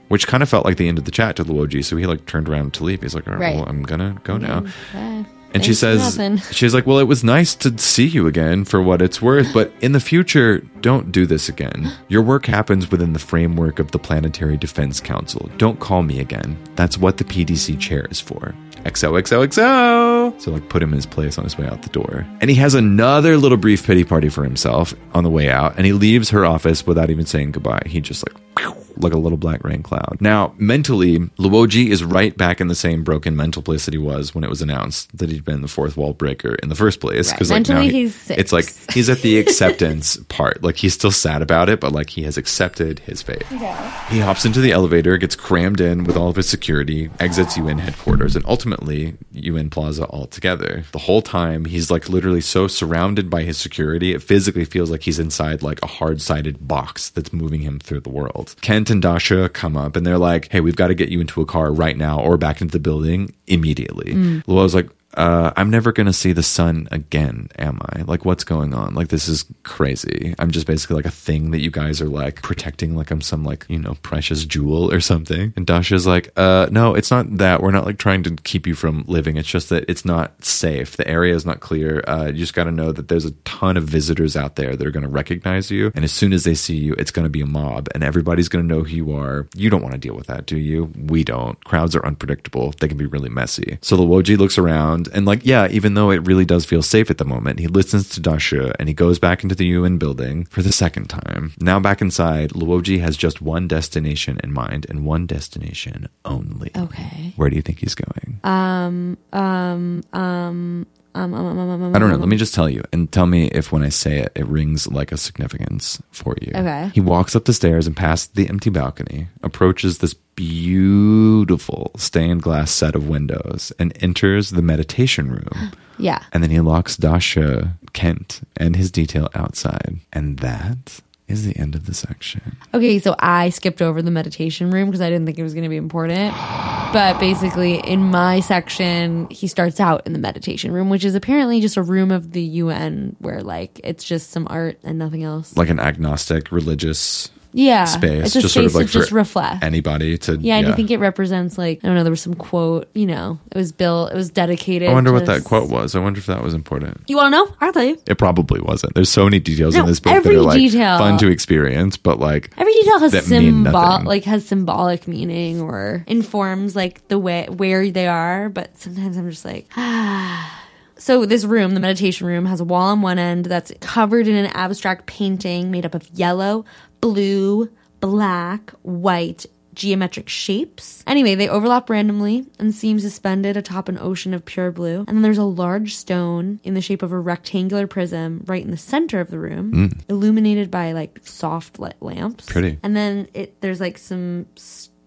Which kind of felt like the end of the chat to Luoji, so he like turned around to leave. He's like, All right.
Right.
well, I'm gonna go now.
And
And she says, she's like, well, it was nice to see you again for what it's worth, but in the future, don't do this again. Your work happens within the framework of the Planetary Defense Council. Don't call me again. That's what the PDC chair is for. XOXOXO. So, like, put him in his place on his way out the door. And he has another little brief pity party for himself on the way out, and he leaves her office without even saying goodbye. He just, like, [laughs] like a little black rain cloud. Now, mentally, Luoji is right back in the same broken mental place that he was when it was announced that he'd been the fourth wall breaker in the first place.
Right.
like now
Mentally,
he-
he's six.
it's like he's at
[laughs]
the acceptance part. Like he's still sad about it, but like he has accepted his fate. He hops into the elevator, gets crammed in with all of his security, exits UN headquarters, and ultimately UN Plaza altogether. The whole time, he's like literally so surrounded by his security, it physically feels like he's inside like a hard sided box that's moving him through the world. Kent and Dasha come up and they're like, hey, we've got to get you into a car right now or back into the building immediately.
Mm.
Lua's like, uh, I'm never going to see the sun again, am I? Like, what's going on? Like, this is crazy. I'm just basically like a thing that you guys are like protecting, like I'm some like, you know, precious jewel or something. And Dasha's like, uh, no, it's not that. We're not like trying to keep you from living. It's just that it's not safe. The area is not clear. Uh, you just got to know that there's a ton of visitors out there that are going to recognize you. And as soon as they see you, it's going to be a mob and everybody's going to know who you are. You don't want to deal with that, do you? We don't. Crowds are unpredictable. They can be really messy. So the Woji looks around and like, yeah, even though it really does feel safe at the moment, he listens to Dasha and he goes back into the UN building for the second time. Now back inside, Luoji has just one destination in mind and one destination only.
Okay.
Where do you think he's going?
Um, um, um, um, um, um, um, um,
I don't know.
um,
Let me just tell you and tell me if when I say it, it rings like a significance for you.
Okay.
He walks up the stairs and past the empty balcony, approaches this beautiful stained glass set of windows, and enters the
[gasps]
meditation room.
Yeah.
And then he locks Dasha, Kent, and his detail outside. And that is the end of the section.
Okay, so I skipped over the meditation room because I didn't think it was going to be
[gasps]
important. But basically, in my section, he starts out in the meditation room, which is apparently just a room of the UN where, like, it's just some art and nothing else.
Like an agnostic religious
Yeah.
space.
It's a
just sort of
space
like
to
for
just reflect.
anybody to
Yeah, and I think it represents, like, I don't know, there was some quote, you know, it was built, it was dedicated.
I wonder
to-
what that quote was. I wonder if that was important.
You want to know? I'll tell you.
It probably wasn't. There's so many details
No,
in this book that
every
are like
detail.
fun to experience, but like
Every detail has
that mean
symbol
nothing.
like has symbolic meaning or informs like the way where they are, but sometimes I'm just like ah. So this room, the meditation room, has a wall on one end that's covered in an abstract painting made up of yellow, blue, black, white, geometric shapes. Anyway, they overlap randomly and seem suspended atop an ocean of pure blue. And then there's a large stone in the shape of a rectangular prism right in the center of the room,
Mm.
illuminated by like soft lit lamps.
Pretty.
And then it there's like some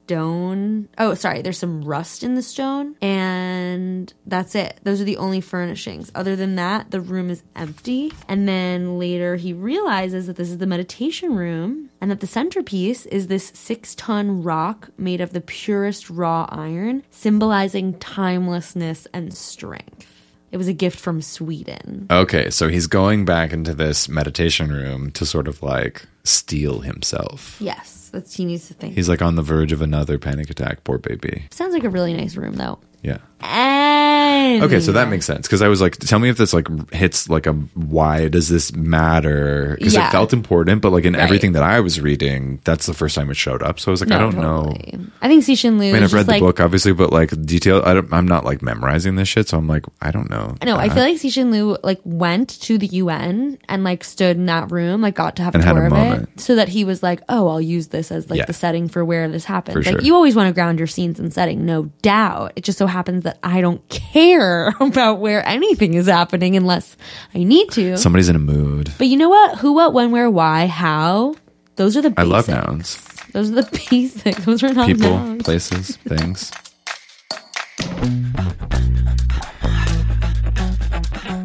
stone. Oh, sorry, there's some rust in the stone, and that's it. Those are the only furnishings. Other than that, the room is empty. And then later he realizes that this is the meditation room, and that the centerpiece is this six-ton rock made of the purest raw iron, symbolizing timelessness and strength. It was a gift from Sweden.
okay, so he's going back into this meditation room to sort of like steal himself.
Yes, that's he needs to think.
He's like on the verge of another panic attack, poor baby.
Sounds like a really nice room though.
Yeah.
And
Okay, so that makes sense because I was like, tell me if this like hits like a why does this matter? Because
Yeah.
it felt important, but like in
Right.
everything that I was reading, that's the first time it showed up. So I was like, I
No,
don't know.
I think Sishin Lu
I
is
mean, I've
just
read
like
the book obviously, but like detail, I don't, I'm not like memorizing this shit, so I'm like, I don't know.
I know. I
that.
feel like Xi Lu like went to the UN and like stood in that room, like got to have a
And had a
tour of
moment.
it, so that he was like, "Oh, I'll use this as like
Yeah.
the setting for where this happens."
For
like
sure.
you always want to ground your scenes in setting, no doubt. It just so happens that I don't care [laughs] about where anything is happening unless I need to.
somebody's in a mood.
but you know what? Who, what, when, where, why, how? Those are the
I
basics.
love nouns,
Those are the [laughs] basics. Those are not
people,
nouns.
places, things.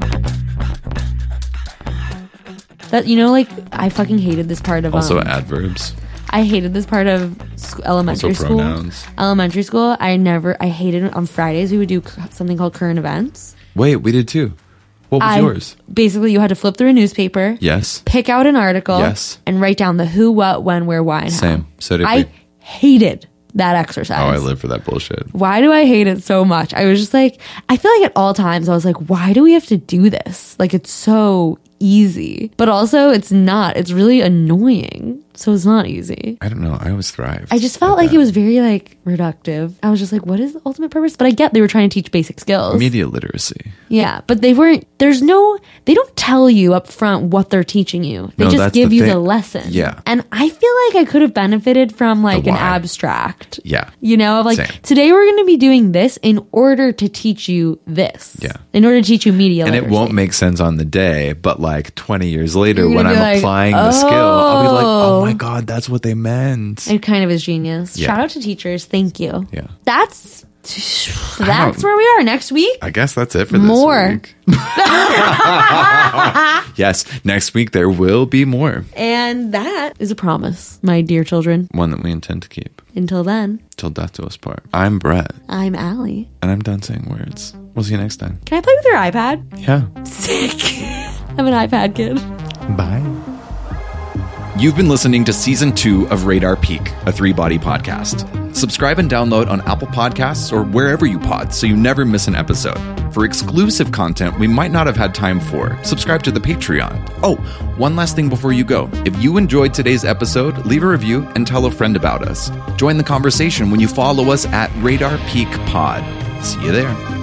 [laughs] That you know, like I fucking hated this part of
Also
um,
adverbs.
I hated this part of sc- elementary
Also
school.
pronouns.
Elementary school, I never, I hated it. On Fridays, we would do c- something called current events.
Wait, we did too. What was
I-
yours?
Basically, you had to flip through a newspaper,
Yes.
pick out an article,
Yes.
and write down the who, what, when, where, why, and
Same. So
how.
did
I
we.
hated that exercise.
Oh, I live for that bullshit.
Why do I hate it so much? I was just like, I feel like at all times I was like, why do we have to do this? Like, it's so easy, but also it's not. It's really annoying. So it's not easy.
I don't know. I always thrive.
I just felt like it was very like reductive. I was just like, what is the ultimate purpose? But I get they were trying to teach basic skills.
Media literacy.
yeah, but they weren't. There's no. They don't tell you up front what they're teaching you. They
No,
just
that's
give
the
you
thing.
the lesson.
Yeah.
and I feel like I could have benefited from like an abstract.
Yeah.
You know, of like
Same.
today we're going to be doing this in order to teach you this.
Yeah.
In order to teach you media,
And it
literacy.
won't make sense on the day, but like 20 years later,
You're
when
gonna
I'm
be like,
applying the skill, I'll be like, oh
"Oh."
my God, that's what they meant.
It kind of is genius.
Yeah.
Shout out to teachers. Thank you.
Yeah.
That's that's
don't-
where we are next week.
I guess that's it for this
More. [laughs]
week. [laughs] Yes. Next week, there will be more.
And that is a promise, my dear children.
One that we intend to keep
Until then,
till death do us part. I'm Brett,
I'm Allie.
and I'm done saying words. We'll see you next time.
Can I play with your iPad?
Yeah.
Sick. [laughs] I'm an iPad kid.
Bye.
You've been listening to season two of Radar Peak, a three body podcast. Subscribe and download on Apple Podcasts or wherever you pod so you never miss an episode. For exclusive content we might not have had time for, subscribe to the Patreon. Oh, one last thing before you go. If you enjoyed today's episode, leave a review and tell a friend about us. Join the conversation when you follow us at Radar Peak Pod. See you there.